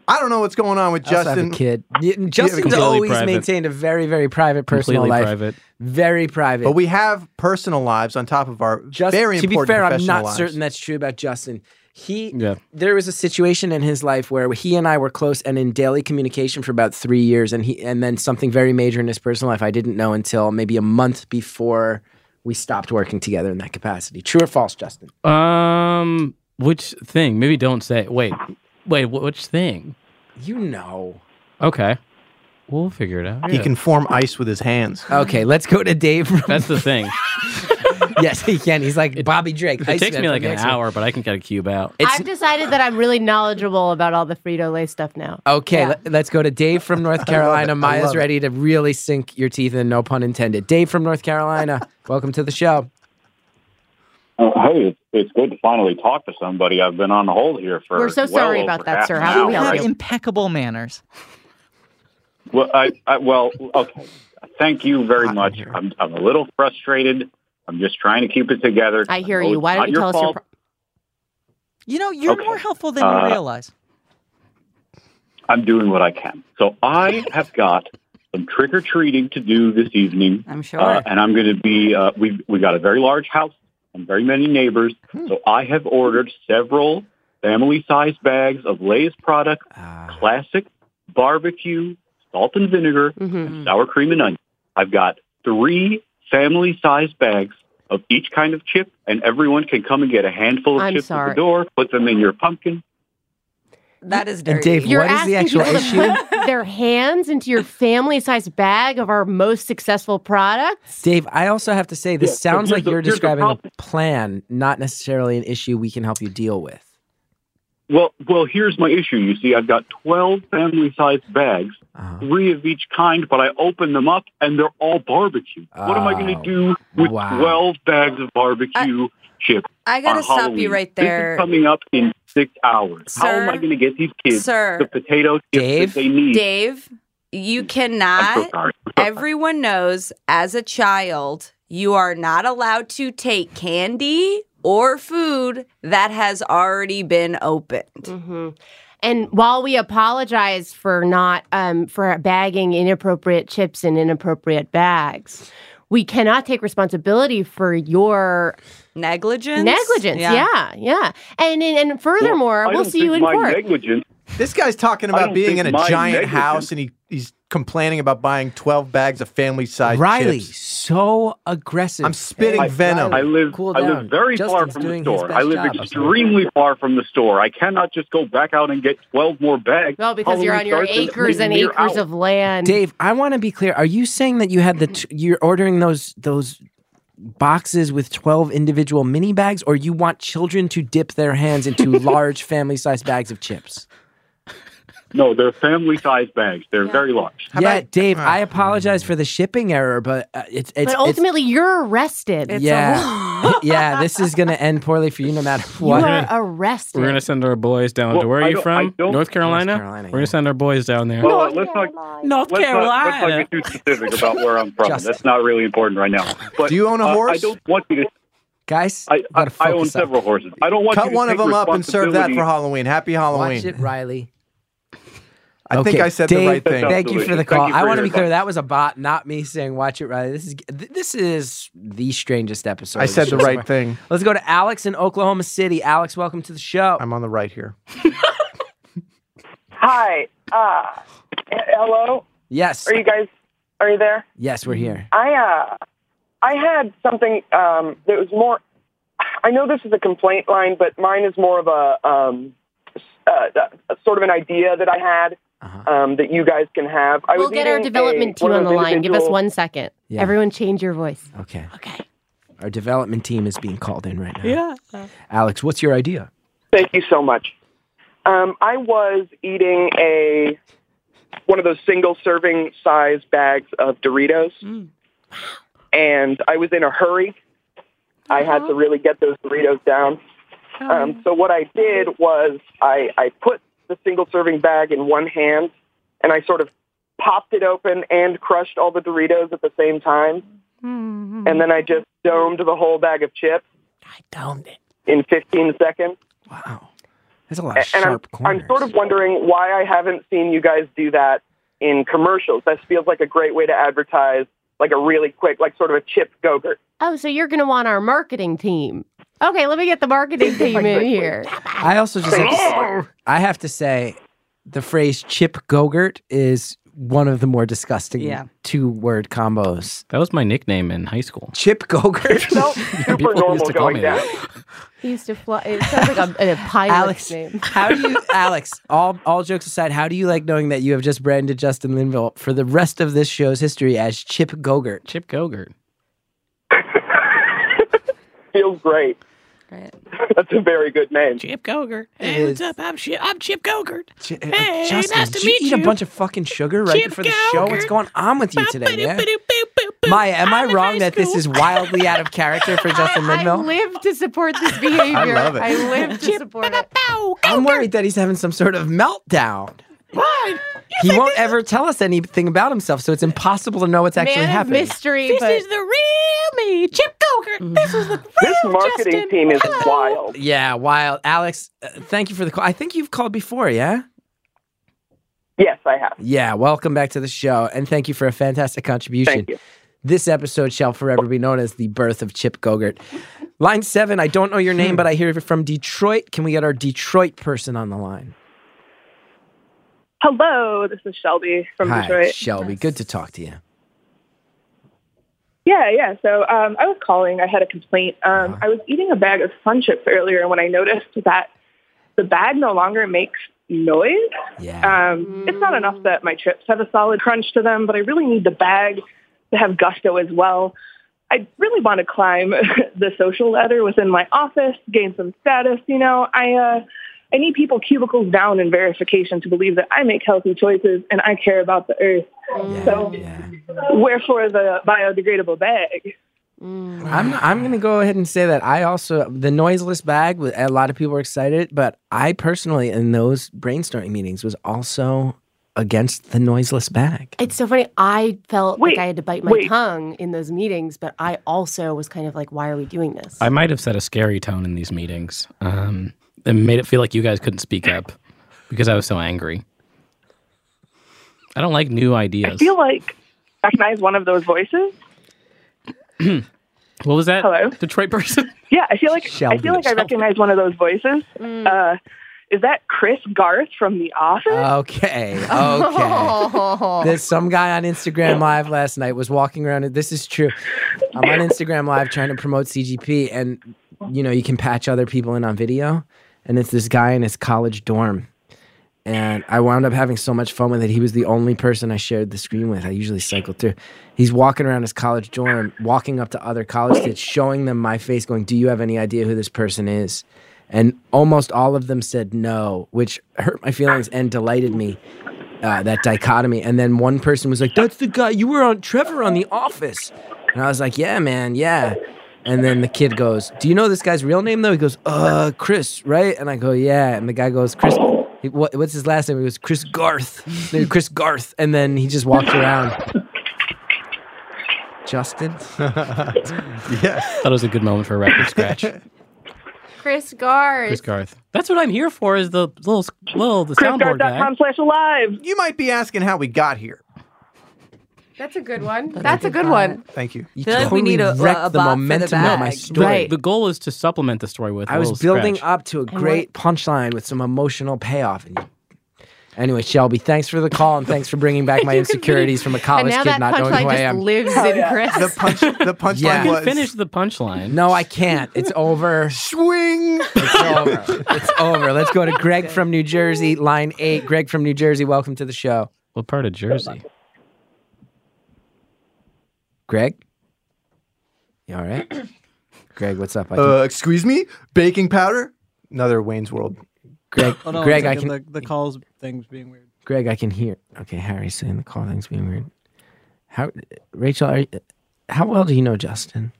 I don't know what's going on with
I also
Justin.
have a kid. Y-
Justin's
Justin's always maintained a very, very private personal
Completely
life.
private.
Very private.
But we have personal lives on top of our
Just-
very
to be
important
fair, I'm
professional
not
lives.
certain that's true about Justin. He
Yeah.
there was a situation in his life where he and I were close and in daily communication for about three years, and he and then something very major in his personal life I didn't know until maybe a month before we stopped working together in that capacity. True or false, Justin?
Um, which thing? Maybe don't say. it. Wait, wait. wh- Which thing?
You know.
Okay, we'll figure it out.
He can form ice with his hands.
Okay, let's go to Dave.
That's the thing.
yes, he can. He's like Bobby Drake.
It takes me like an hour, but I can get a cube out.
I've decided that I'm really knowledgeable about all the Frito Lay stuff now.
Okay, let- let's go to Dave from North Carolina.
it. I love
Maya's
it.
ready to really sink your teeth in, no pun intended. Dave from North Carolina, welcome to the show.
Uh, hey, it's, it's good to finally talk to somebody. I've been on hold here for.
We're so
well
sorry
over
about that,
half
sir.
an
How can
hour.
we help you?
Impeccable manners. Well, I, I well, okay. Thank you very much. I'm, I'm a little frustrated. I'm just trying to keep it together.
I hear
know
you.
it's
Why
not
don't
your
you tell us your
fault.
pro-
You know, you're
Okay.
more helpful than
Uh,
you realize.
I'm doing what I can. So I have got some trick or treating to do this evening.
I'm sure.
Uh, and I'm going to be. Uh, we we got a very large house and very many neighbors. So I have ordered several family-sized bags of Lay's product, classic barbecue, salt and vinegar, and sour cream and onion. I've got three family-sized bags of each kind of chip, and everyone can come and get a handful of
I'm
chips at
sorry.
the door. Put them in your pumpkin.
That is
And
dirty.
Dave,
You're
what is the
asking
actual
people
issue?
to put their hands into your family-sized bag of our most successful products.
Dave, I also have to say this
Yeah, so
sounds
here's
like
the-
you're
here's the
describing a plan, not necessarily an issue we can help you deal with.
Well, well, here's my issue. You see, I've got 12 family-sized bags,
Uh-huh.
three of each kind, but I open them up and they're all barbecue. what am I
Oh,
going to do with 12 bags of barbecue chips?
I gotta
on
stop you
Halloween?
right
This
there.
is coming up in six hours. How am I
Sir?
going to get these kids
Sir?
the potato chips that they need?
Dave, you
I'm
cannot.
so sorry.
Everyone knows as a child, you are not allowed to take candy or food that has already been opened. Mm-hmm.
And while we apologize for not um, for bagging inappropriate chips in inappropriate bags, we cannot take responsibility for your
negligence.
Negligence,
Yeah.
yeah, yeah. And and, and furthermore,
I
we'll
don't
see you
think
in
my
court.
negligence.
This guy's talking
I
about
don't
being
think
in a
my
giant
negligence-
house and he, he's complaining about buying 12 bags of family sized
Riley,
chips.
so aggressive.
I'm spitting
Hey,
venom.
Riley,
I live.
cool
I
down.
live very far
Justin's
from the
doing his
store.
best
I live
job.
extremely far from the store. I cannot just go back out and get twelve more bags.
Well, because you're on
Halloween
your
starts in
acres and
mere
acres
hours.
of land.
Dave, I want to be clear. Are you saying that you had the t- you're ordering those those boxes with 12 individual mini bags or you want children to dip their hands into large family-sized bags of chips?
No, they're family-sized bags. They're very large.
yeah, Dave, I apologize for the shipping error, but uh, it's it's
uh, but ultimately, you're arrested.
it's, yeah. yeah, this is going to end poorly for you no matter
you
what.
are arrested.
We're gonna send our boys down
Well,
to where
I
are you
don't- I
from?
don't-
North Carolina. We're gonna send our boys down there.
Well, let's not,
North
let's Not, let's
Carolina.
not get too specific about where I'm from.
Justin.
That's not really important right now. But
Do you own a
uh, I
horse?
don't want you to.
Guys,
I, I, I own
focus up.
several horses. I don't want you
Cut
to
one of
take
them up and serve that for
responsibility-
Halloween. Happy Halloween.
Watch it, Riley.
I think
Okay,
I said
Dave,
the right thing.
Thank you for the call. I want to be clear. That was a bot, not me saying watch it Riley. This is th- this is the strangest episode.
I
of
said the
show
right
so far.
thing.
Let's go to Alex in Oklahoma City. Alex, welcome to the show.
I'm on the right here.
Hi. Uh, hello.
Yes.
Are you guys? Are you there?
Yes, we're here.
I uh, I had something um, that was more. I know this is a complaint line, but mine is more of a, um, uh, a sort of an idea that I had um, that you guys can have. I
we'll
was
get our
eating a-
development team
one of
on the
those
line. Give us
individual-
one second.
Yeah.
Everyone, change your voice.
Okay. Okay. Our development team is being called in right now.
Yeah.
Alex, what's your idea?
Thank you so much. Um, I was eating a one of those single serving size bags of Doritos, and I was in a hurry. I had to really get those Doritos down. Um, so what I did was I, I put the single serving bag in one hand, and I sort of popped it open and crushed all the Doritos at the same time, and then I just domed the whole bag of chips. Mm. I domed it in 15 seconds.
There's a lot
A-
of
and I'm,
sharp corners.
I'm sort of wondering why I haven't seen you guys do that in commercials. That feels like a great way to advertise like a really quick, like sort of a chip go-gurt.
Oh, so you're going to want our marketing team. Okay, let me get the marketing team in here.
I also just have to, s- I have to say the phrase chip gogurt is one of the more disgusting
Yeah.
two word combos.
That was my nickname in high school.
Chip gogurt.
Super normal going down.
He used to fly. It sounds like a, a
Alex,
pilot's name.
How do you, Alex? All all jokes aside, how do you like knowing that you have just branded Justin Linville for the rest of this show's history as Chip Gogurt?
Chip Gogurt.
Feels great. That's a very good name.
Chip Gogurt.
It
Hey, what's
is.
up? I'm Chip. I'm Chip Gogurt.
Ch- uh,
Hey,
Justin,
nice to
did
meet
you. Eat a bunch of fucking sugar right
Chip
before the show. What's
Gogurt.
going on with you today, man? Maya, am I wrong that this is wildly out of character for Justin
I
Linville?
live to support this behavior. I,
love it.
live to support it.
I'm worried that he's having some sort of meltdown.
What?
He won't ever tell us anything about himself, so it's impossible to know what's actually
Man of
happening.
mystery.
This
but-
is the real me, Chip Gogurt.
Mm-hmm.
This is the
This marketing team is wild.
Yeah, wild. Alex, uh, thank you for the call. I think you've called before, yeah?
Yes, I have.
Yeah, welcome back to the show, and thank you for a fantastic contribution.
Thank you.
This episode shall forever be known as the birth of Chip Gogurt. Line seven, I don't know your name, but I hear you're from Detroit. Can we get our Detroit person on the line?
Hello, this is Shelby from
Hi,
Detroit.
Shelby. Good to talk to you.
Yeah, yeah. So um, I was calling. I had a complaint. Um, I was eating a bag of Sun Chips earlier when I noticed that the bag no longer makes noise. Yeah. Um, It's not enough that my chips have a solid crunch to them, but I really need the bag to have gusto as well. I really want to climb the social ladder within my office, gain some status. You know, I uh, I need people cubicles down in verification to believe that I make healthy choices and I care about the earth. so, wherefore the biodegradable bag?
I'm I'm gonna go ahead and say that I also the noiseless bag. wa- A lot of people were excited, but I personally in those brainstorming meetings was also against the noiseless bag.
It's so funny. I felt
Wait,
like I had to bite my
wait.
tongue in those meetings, but I also was kind of like, why are we doing this?
I might have set a scary tone in these meetings. Um, it made it feel like you guys couldn't speak up because I was so angry. I don't like new
I
ideas.
feel like I recognize one of those voices.
what was that? Hello, Detroit person.
Yeah, I feel like I
Shelby.
feel like I recognize one of those voices. Uh, is that Chris Garth from The Office?
Uh, Okay, okay.
Oh,
There's some guy on Instagram Live last night was walking around. and This is true. I'm on Instagram Live trying to promote CGP, and you know you can patch other people in on video. And it's this guy in his college dorm, and I wound up having so much fun with it. He was the only person I shared the screen with. I usually cycle through. He's walking around his college dorm, walking up to other college kids, showing them my face, going, "Do you have any idea who this person is?" And almost all of them said no, which hurt my feelings and delighted me uh, that dichotomy. And then one person was like, "That's the guy you were on Trevor on The Office," and I was like, "Yeah, man, yeah." And then the kid goes, "Do you know this guy's real name though?" He goes, "Uh, Chris, right?" And I go, "Yeah." And the guy goes, "Chris, he, what, what's his last name?" He goes, "Chris Garth." No, Chris Garth. And then he just walked around. Justin.
yes. Thought it was a good moment for a record scratch.
Chris Garth.
Chris Garth. That's what I'm here for. Is the little little the soundboard guy.
slash alive.
You might be asking how we got here.
That's a good one. That's a good one.
Thank you.
You Feel like we need totally a- wrecked a- a the bot for the momentum of my bag. story. Right.
The goal is to supplement the story with.
I was building up to a
what-
great punchline with some emotional payoff. And anyway, Shelby, thanks for the call and thanks for bringing back my insecurities from a college
and now
kid
that
not knowing
punchline
who I
just
am.
lives in Chris.
The punch, the punchline
Yeah. You
was
can finish
the punchline.
No, I can't. It's over.
swing.
It's over. It's over. Let's go to Greg from New Jersey, line eight. Greg from New Jersey, welcome to the show.
What part of Jersey?
Greg? You all right? Greg, what's up? I
Uh, excuse me, baking powder. Another Wayne's World.
Greg,
Hold on
Greg,
one
I
second.
can,
The, the calls thing's being weird.
Greg, I can hear. Okay, Harry's saying the call thing's being weird. How, Rachel, are you, how well do you know Justin?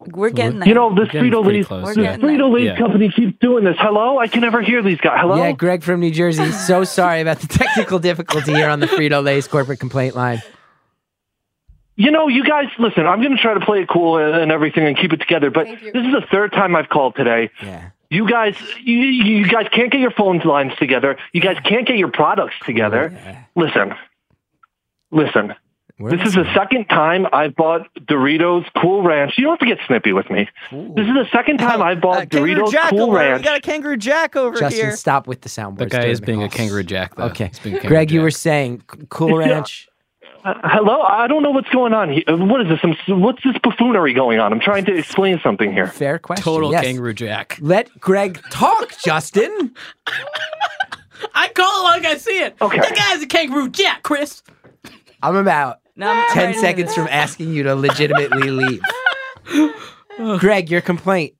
We're getting there.
You know, this Frito Lay
We're
this
getting there.
Frito Lay
Yeah.
company keeps doing this. Hello, I can never hear these guys. Hello.
Yeah, Greg from New Jersey. So sorry about the technical difficulty here on the Frito Lay's corporate complaint line.
You know, you guys, listen, I'm going to try to play it cool and, and everything and keep it together, but this is the third time I've called today.
Yeah.
You guys, you, you guys can't get your phone lines together. You guys can't get your products together. Listen, listen.
This is the second time I've bought Doritos Cool Ranch. You don't have to get snippy with me. This is the second
Oh,
time I've bought
Kangaroo
Doritos
uh, Jack
Cool
alert. We
Ranch.
got
a Kangaroo Jack over
Justin,
here.
stop with the sound
The
words.
guy
dude.
is being a kangaroo jack, though.
Okay.
He's being kangaroo
Greg, you
jack.
were saying C- Cool
Yeah.
Ranch.
Uh, hello, I don't know what's going on here. What is this? I'm, s- what's this buffoonery going on? I'm trying to explain something here.
Fair question.
Total
yes.
kangaroo jack.
Let Greg talk, Justin.
I call it like I see it.
Okay.
The guy's a kangaroo jack, Chris.
I'm about
No, I'm- I'm
10
writing
seconds
this.
from asking you to legitimately leave. Greg, your complaint.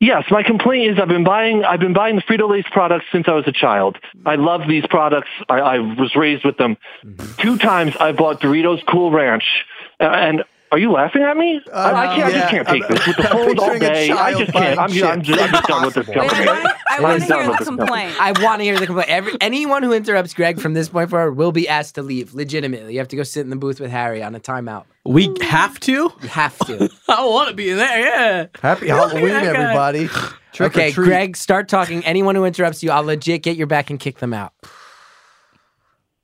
Yes, my complaint is I've been buying I've been buying the Frito Lay's products since I was a child. I love these products. I, I was raised with them.
Mm-hmm.
Two times I bought Doritos Cool Ranch, Uh, and are you laughing at me? I, I can't. I just
Uh, yeah,
can't take
I'm-
this with the
I'm
phones all
picturing a
day. I
child
just can't.
buying
I'm, I'm
chips.
just, I'm just done with this company. I'm done with this company.
I want to hear the complaint. Every, anyone who interrupts Greg from this point forward will be asked to leave. Legitimately, you have to go sit in the booth with Harry on a timeout.
We have to.
You have to.
I want to be in there. Yeah.
Happy
Look at
Halloween,
that guy.
everybody. Trick or
okay,
treat.
Greg, start talking. Anyone who interrupts you, I'll legit get your back and kick them out.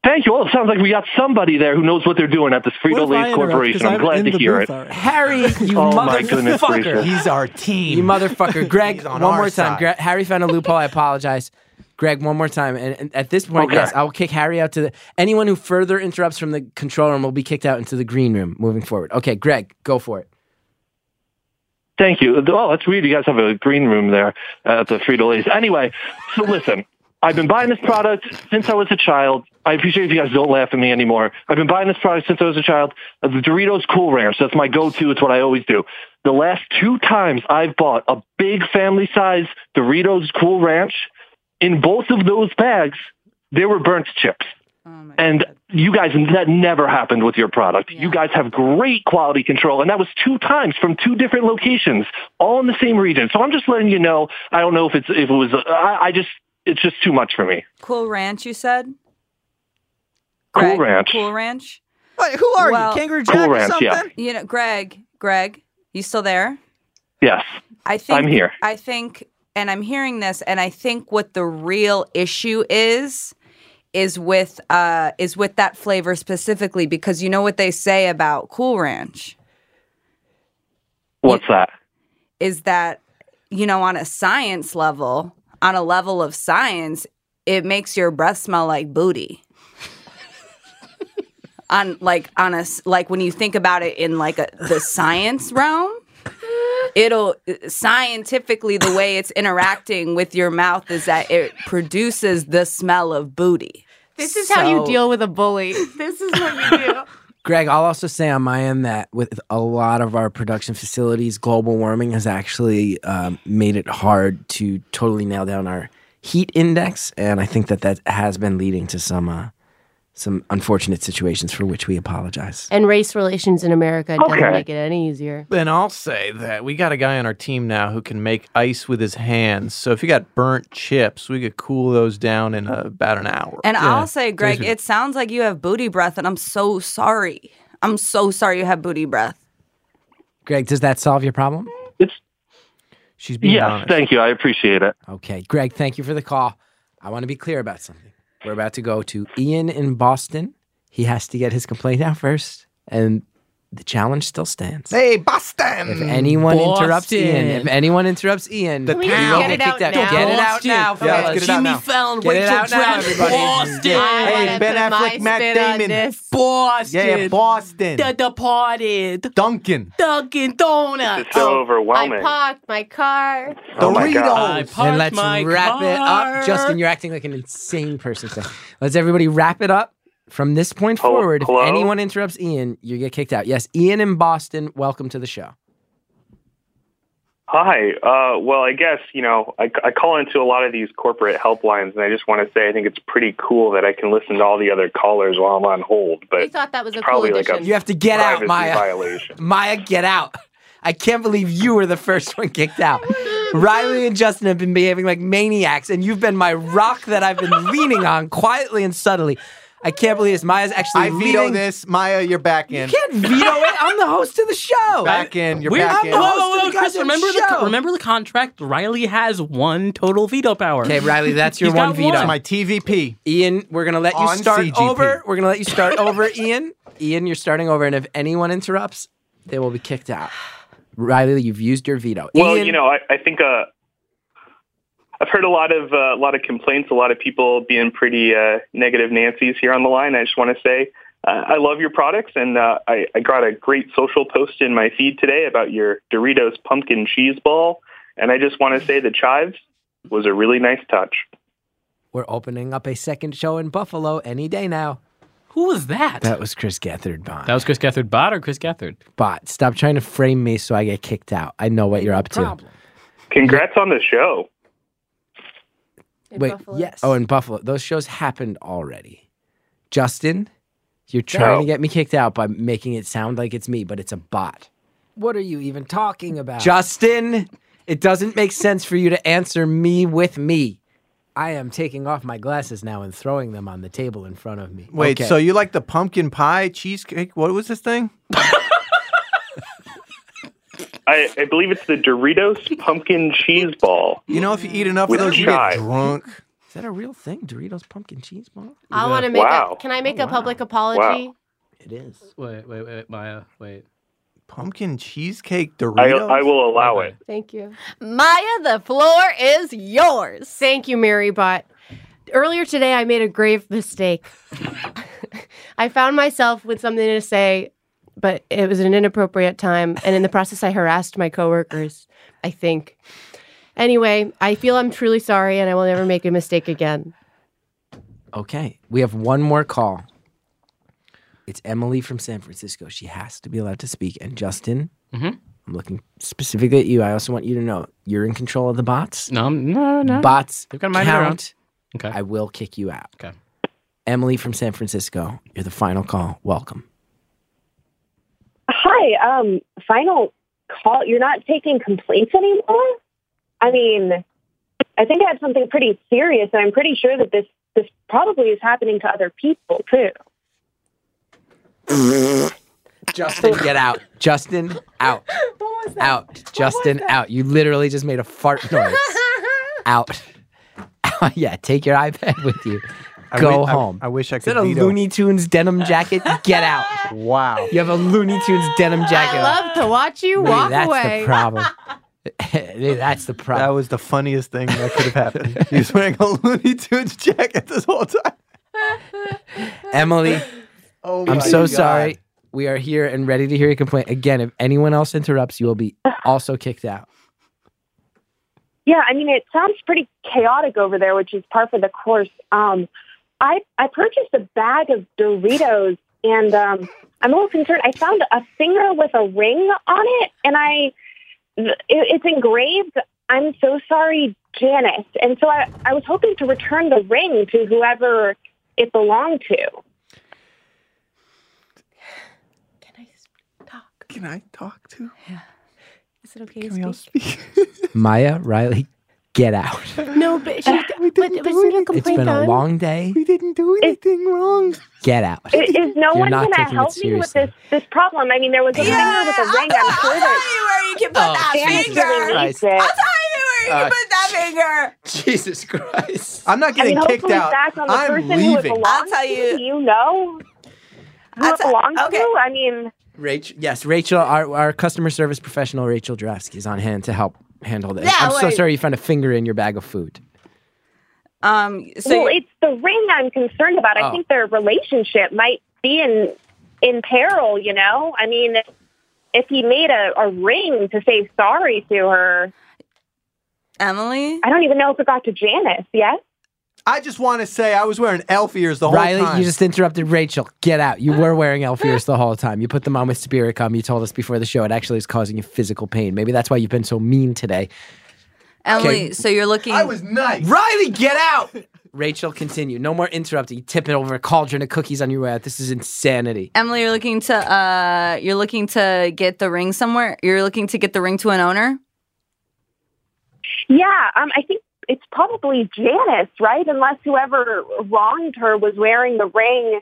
Thank you. Well, it sounds like we got somebody there who knows what they're doing at this Frito
I
Lay
interrupt?
Corporation.
'Cause
I'm
I'm
glad
in
to
the
hear
booth
it.
Harry, you
Oh, my goodness
motherfucker.
gracious. He's
our team. You motherfucker. Greg,
on
one
our
more time.
side.
Gre- Harry found a loophole. I apologize. Greg, one more time. And, and at this point,
Okay.
yes, I'll kick Harry out to the. Anyone who further interrupts from the control room will be kicked out into the green room moving forward. Okay, Greg, go for it.
Thank you. Oh, that's weird. You guys have a green room there at the Frito Lay's. Anyway, so listen, I've been buying this product since I was a child. I appreciate if you guys don't laugh at me anymore. I've been buying this product since I was a child. Uh, The Doritos Cool Ranch. That's my go-to. It's what I always do. The last two times I've bought a big family-size Doritos Cool Ranch, in both of those bags, there were burnt chips. And you guys, that never happened with your product. You guys have great quality control. And that was two times from two different locations, all in the same region. So I'm just letting you know. I don't know if it's, if it was, I, I just, it's just too much for me.
Cool Ranch, you said?
Cool
Greg,
Ranch.
Cool Ranch.
What, who are you, Kangaroo Jack
Cool or Ranch, yeah. something?
You know, Greg, Greg, you still there?
Yes.
I think
I'm here.
I think, and I'm hearing this, and I think what the real issue is is with uh is with that flavor specifically because you know what they say about Cool Ranch
What's that?
is that you know on a science level, on a level of science, it makes your breath smell like booty. on like on a s- like when you think about it in like a, the science realm it'll scientifically the way it's interacting with your mouth is that it produces the smell of booty
This is how you
So-
deal with a bully. This is what we do.
Greg, I'll also say on my end that with a lot of our production facilities, global warming has actually um, made it hard to totally nail down our heat index, and I think that that has been leading to some uh, some unfortunate situations for which we apologize.
And race relations in America doesn't
Okay.
make it any easier.
Then I'll say that we got a guy on our team now who can make ice with his hands. So if you got burnt chips, we could cool those down in uh, about an hour.
and i'll say greg it sounds like you have booty breath and i'm so sorry i'm so sorry you have booty breath
Greg, does that solve your problem? She's being
yes.
honest.
Thank you. I appreciate it.
Okay, Greg, thank you for the call. I want to be clear about something. We're about to go to Ian in Boston. He has to get his complaint out first, and the challenge still stands.
Hey, Boston!
If anyone interrupts Ian, if anyone interrupts Ian,
The
you
town.
will
Get it
get
out
kicked out.
now.
Get it out
Boston.
now,
Yeah, let's get
fellas.
it out Jimmy now. Fallon,
Get it
Rachel
out now,
Dratch,
everybody.
Boston.
Yeah.
Hey,
Yeah.
Ben Affleck, Matt Damon.
Boston.
Yeah, Boston.
The Departed.
Duncan.
Dunkin' Donuts.
It's so Oh, overwhelming.
I parked my car.
Oh my God. Doritos. I
And
parked
let's
my
wrap it
car.
up. Justin, you're acting like an insane person. So let's everybody wrap it up. From this point forward,
hello?
if anyone interrupts Ian, you get kicked out. Yes, Ian in Boston, welcome to the show.
Hi. Uh, well, I guess, you know, I, I call into a lot of these corporate helplines, and I just want to say I think it's pretty cool that I can listen to all the other callers while I'm on hold.
We
But
thought that was a cool
probably like
addition.
a
You have to get out,
privacy
Maya.
violation.
Maya, get out. I can't believe you were the first one kicked out.
Oh
Riley and Justin have been behaving like maniacs, and you've been my rock that I've been leaning on quietly and subtly. I can't believe this. Maya's actually
I veto
leading.
this. Maya, you're back in.
You can't veto it. I'm the host of the show.
Back in. You're
We're-
back
whoa,
in.
whoa, whoa,
of the
Chris,
goddamn
remember the,
show.
co- remember the contract? Riley has one total veto power.
Okay, Riley, that's your
He's
one
got
veto.
one.
My TVP.
Ian, we're gonna let you
On
start
CGP.
over. We're gonna let you start over, Ian. Ian, you're starting over, and if anyone interrupts, they will be kicked out. Riley, you've used your veto.
Well,
Ian,
you know, I, I think uh, I've heard a lot of uh, a lot of complaints, a lot of people being pretty uh, negative Nancy's here on the line. I just want to say uh, I love your products, and uh, I, I got a great social post in my feed today about your Doritos pumpkin cheese ball, and I just want to say the chives was a really nice touch.
we're opening up a second show in Buffalo any day now.
Who was that?
That was Chris Gethard Bond.
That was Chris Gethard Bot or Chris Gethard?
Bot, stop trying to frame me so I get kicked out. I know what you're up to.
Congrats on the show.
Wait, yes. Oh, in Buffalo, those shows happened already. Justin, you're trying
No.
to get me kicked out by making it sound like it's me, but it's a bot. What are you even talking about? Justin, it doesn't make sense for you to answer me with me. I am taking off my glasses now and throwing them on the table in front of me.
Wait, so you like the pumpkin pie cheesecake? What was this thing?
I, I believe it's the Doritos pumpkin cheese ball.
You know, if you eat enough
With
of those, you
chives.
get drunk.
Is that a real thing? Doritos pumpkin cheese ball?
I want to make a. Can I make a public apology?
It is.
Wait, wait, wait, Maya, wait.
Pumpkin cheesecake
I,
Doritos.
I will allow it.
Thank you.
Maya, the floor is yours.
Thank you, Mary Bot. Earlier today, I made a grave mistake. I found myself with something to say, but it was an inappropriate time. And in the process, I harassed my coworkers, I think. Anyway, I feel I'm truly sorry and I will never make a mistake again.
Okay, we have one more call. It's Emily from San Francisco. She has to be allowed to speak. And Justin,
Mhm.
Mm-hmm.
I'm looking specifically at you. I also want you to know you're in control of the bots.
No, I'm- no, no.
Bots
They've got a mind of their own.
count.
Okay.
I will kick you out.
Okay.
Emily from San Francisco, you're the final call. Welcome.
Hi. Um, final call. You're not taking complaints anymore. I mean, I think I had something pretty serious, and I'm pretty sure that this this probably is happening to other people too.
Justin, get out. Justin, out. Out. Justin, out. You literally just made a fart noise. out. yeah, take your iPad with you.
I
Go
wi- I-
home.
I wish I
Is that
could
a
veto.
Looney Tunes denim jacket? Get out.
wow.
You have a Looney Tunes denim jacket.
I
on.
love to watch you
Maybe
walk
that's
away.
the problem. Maybe that's the problem.
That was the funniest thing that could have happened. He was wearing a Looney Tunes jacket this whole time.
Emily,
Oh my
I'm so
God.
sorry. We are here and ready to hear your complaint. Again, if anyone else interrupts, you will be also kicked out.
Yeah, I mean, it sounds pretty chaotic over there, which is par for the course. Um, I I purchased a bag of Doritos, and um, I'm a little concerned. I found a finger with a ring on it, and I th- it, it's engraved. I'm so sorry, Janice. And so I, I was hoping to return the ring to whoever it belonged to.
Can I talk to?
Yeah. Is it okay
Can
to
we all
speak?
Maya, Riley, get out.
No, but
Ah,
she. but was it a
It's
complaint
been a
on-
long day.
We didn't do anything wrong.
Get out.
Is, is no
You're
one
not
going to
taking it
help me with
seriously.
this this problem? I mean, there was a finger with a ring. I'm sure that
you can put that
Janice
finger.
really needs
Oh, Christ.
it.
Where you
Uh,
put that finger?
Jesus Christ.
I'm not
I
getting
mean,
kicked
hopefully
out.
That's on the
I'm
person Who it
leaving.
belongs
I'll tell
to.
you-
Do you know who it belongs to? I mean,
Rachel, yes, Rachel, our, our customer service professional, Rachel Dravsky, is on hand to help handle this.
Yeah,
I'm so
wait.
sorry you found a finger in your bag of food.
Um, so
well, it's the ring I'm concerned about.
Oh.
I think their relationship might be in in peril. You know, I mean, if he made a, a ring to say sorry to her,
Emily,
I don't even know if it got to Janice. Yes.
I just want to say I was wearing elf ears the whole
Riley,
time.
you just interrupted Rachel. Get out. You were wearing elf ears the whole time. You put them on with spirit gum. You told us before the show it actually is causing you physical pain. Maybe that's why you've been so mean today.
Emily,
Okay.
so you're looking.
I was nice.
Riley, get out. Rachel, continue. No more interrupting. You tip it over a cauldron of cookies on your way out. This is insanity.
Emily, you're looking to uh, you're looking to get the ring somewhere. You're looking to get the ring to an owner.
Yeah, um, I think it's probably Janice, right? Unless whoever wronged her was wearing the ring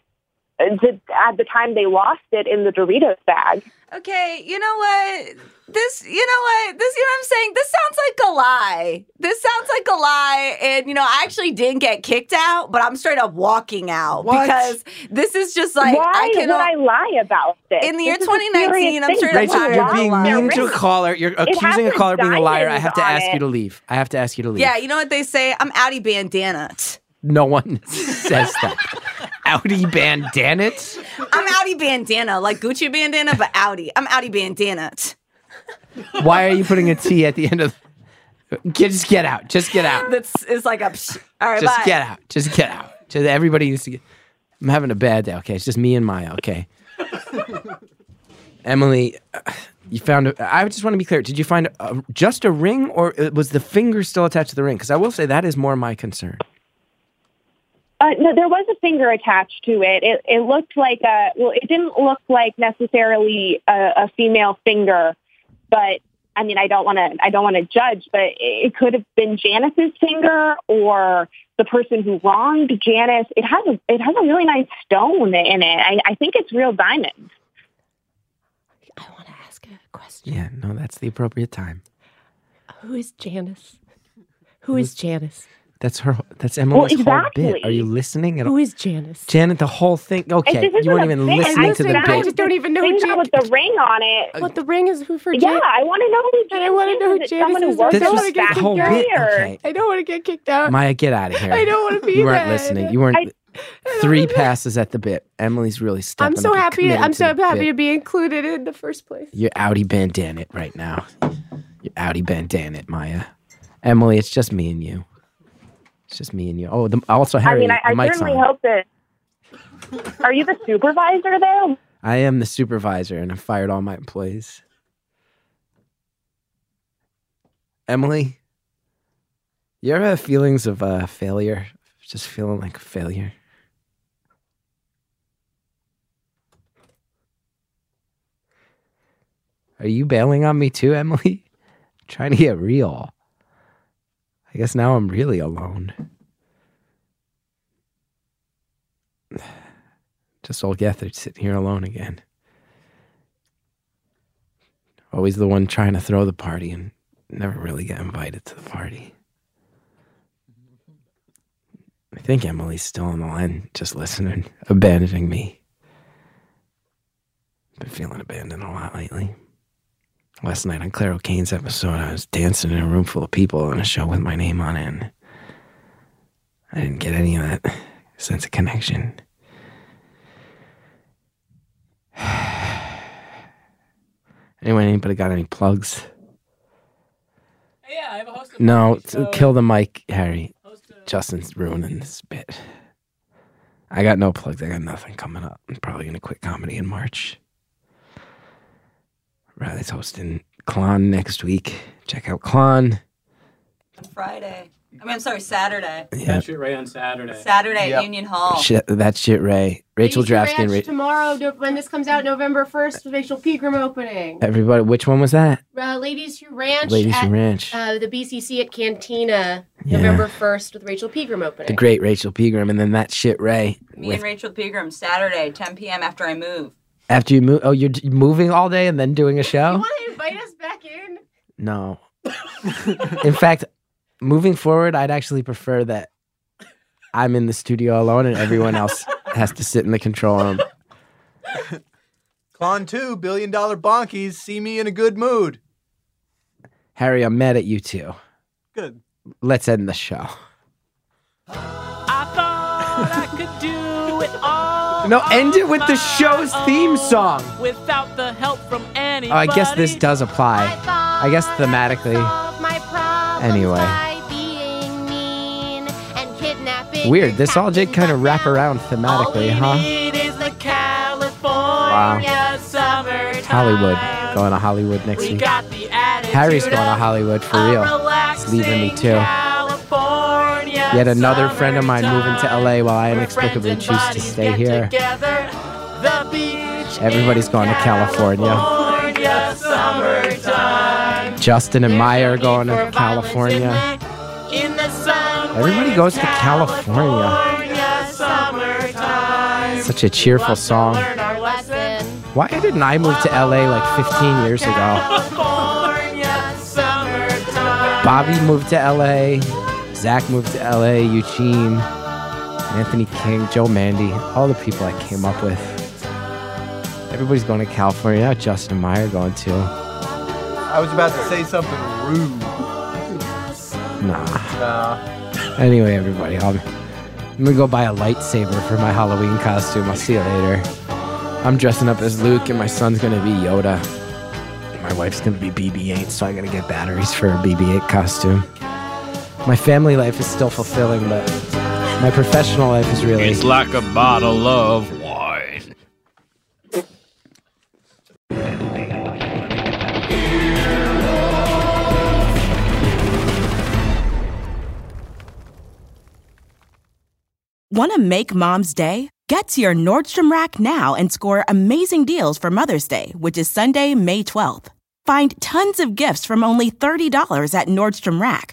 uh, to, at the time they lost it in the Doritos bag.
Okay, you know what? This, you know what? This, you know what I'm saying? This sounds like a lie. This sounds like a lie. And, you know, I actually didn't get kicked out, but I'm straight up walking out
What?
because this is just like,
Why
I
would
can
I lie about this?
In the year
This is a serious
2019, I'm
thing.
straight up
Rachel,
lying.
you're being mean to a
Rachel-
caller. You're
It
accusing a
has
caller of being a liar. I
diamonds
have to
on
ask you
it.
to leave. I have to ask you to leave.
Yeah, you know what they say? I'm outie bandana.
No one says that. Audi bandana. it?
I'm outie bandana, like Gucci bandana, but outie. I'm outie bandana.
Why are you putting a T at the end of? Get- Just get out. Just get out.
That's it's like a. Psh. All right,
Just
bye.
get out. Just get out. Just everybody needs to get. I'm having a bad day. Okay, it's just me and Maya. Okay, Emily, uh, you found. A, I just want to be clear. Did you find a, just a ring, or uh, was the finger still attached to the ring? Because I will say that is more my concern.
Uh, no, there was a finger attached to it. It, it looked like a well, it didn't look like necessarily a, a female finger, but I mean, I don't want to, I don't want to judge, but it, it could have been Janice's finger or the person who wronged Janice. It has a, it has a really nice stone in it. I, I think it's real diamonds.
Yeah, no, that's the appropriate time.
Who is Janice? Who is Janice?
That's her. That's Emily's whole bit. Are
exactly.
you listening at all?
Who is Janice?
Janet, the whole thing. Okay,
isn't
you weren't
a
even
thing.
listening to the
I
bit.
just don't even know who with the ring on it.
What the ring is who for?
Yeah,
Jan-
I want to know who Janice
I want to know who
is. It's someone
Janice
who
is.
works
I
This
don't
was
want to get
the
kicked
whole
out.
bit, okay.
I don't want to get kicked out.
Maya, get out of here.
I don't want to be.
You weren't
that.
listening. You weren't. three passes at the bit. Emily's really stepping
I'm so
up and
happy.
committing
I'm
to
so
the
happy
bit.
to be included in the first place.
You're outie bandana it right now. You're outie bandana it, Maya. Emily, it's just me and you. It's just me and you. Oh, the, also Harry,
I mean, I,
the
I
mic's
certainly
on.
hope that. Are you the supervisor there?
I am the supervisor, and I fired all my employees. Emily, you ever have feelings of uh, failure? Just feeling like a failure. Are you bailing on me too, Emily? trying to get real. I guess now I'm really alone. Just old Gethard sitting here alone again. Always the one trying to throw the party and never really get invited to the party. I think Emily's still on the line, just listening, abandoning me. Been feeling abandoned a lot lately. Last night on Claire O'Kane's episode, I was dancing in a room full of people on a show with my name on it. and I didn't get any of that sense of connection. Anyone, anybody got any plugs?
Yeah, I have a host. Of
No,
parties,
t-
so-
kill the mic, Harry. Justin's ruining this bit. I got no plugs. I got nothing coming up. I'm probably going to quit comedy in March. Riley's hosting Klon next week. Check out Klon.
Friday. I mean, I'm sorry, Saturday.
Yeah.
Catch it right on Saturday.
Saturday at Union Hall.
Oh.
Shit, that shit, Ray. Rachel Drafkin.
Ranch
Ra-
tomorrow, no- when this comes out, November 1st, Rachel Pegram opening.
everybody, which one was that?
Uh, Ladies Who Ranch.
Ladies
at,
Who Ranch.
Uh, the BCC at Cantina,
Yeah.
November 1st, with Rachel Pegram opening.
The great Rachel Pegram, and then that shit, Ray.
Me
with-
and Rachel Pegram, Saturday, 10 p.m. after I move.
after you move, oh, you're d- moving all day and then doing a show?
want to invite us back in?
No. in fact, moving forward, I'd actually prefer that I'm in the studio alone and everyone else has to sit in the control room.
Con 2, billion dollar bonkies, see me in a good mood.
Harry, I'm mad at you two.
Good.
Let's end the show.
I thought I could do it all.
No, end it with the
on
show's
my
theme
own
song.
Without the help from anybody.
Oh, I guess this does apply. I guess thematically.
My problems
Anyway,
by being mean and kidnapping.
weird. This all did kind of wrap around thematically, huh?
It is the California summer.
Hollywood. Going to Hollywood next
We
week.
got the attitude
Harry's going to
of
Hollywood for
a
real. He's leaving me
relaxing
too.
California
Yet another
summer
friend of mine moving to LA while I inexplicably choose to stay here.
together. The beach.
Everybody's going to California.
California summertime.
Justin and Maya are going to California.
In the
Everybody goes to California. Such a cheerful song. Why didn't I move to LA like 15 years ago? Bobby moved to LA. Zach moved to LA. Eugene, Anthony King, Joe Mandy, all the people I came up with. Everybody's going to California. Now Justin and Meyer going too.
I was about to say something rude.
Nah.
Nah.
Anyway, everybody, I'm, I'm gonna go buy a lightsaber for my Halloween costume. I'll see you later. I'm dressing up as Luke, and my son's gonna be Yoda. My wife's gonna be BB-8, so I'm gonna get batteries for a BB-8 costume. My family life is still fulfilling, but my professional life is really.
It's like a bottle of wine.
Want to make mom's day? Get to your Nordstrom Rack now and score amazing deals for Mother's Day, which is Sunday, May 12th. Find tons of gifts from only $30 at Nordstrom Rack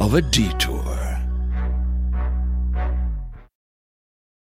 of a detour.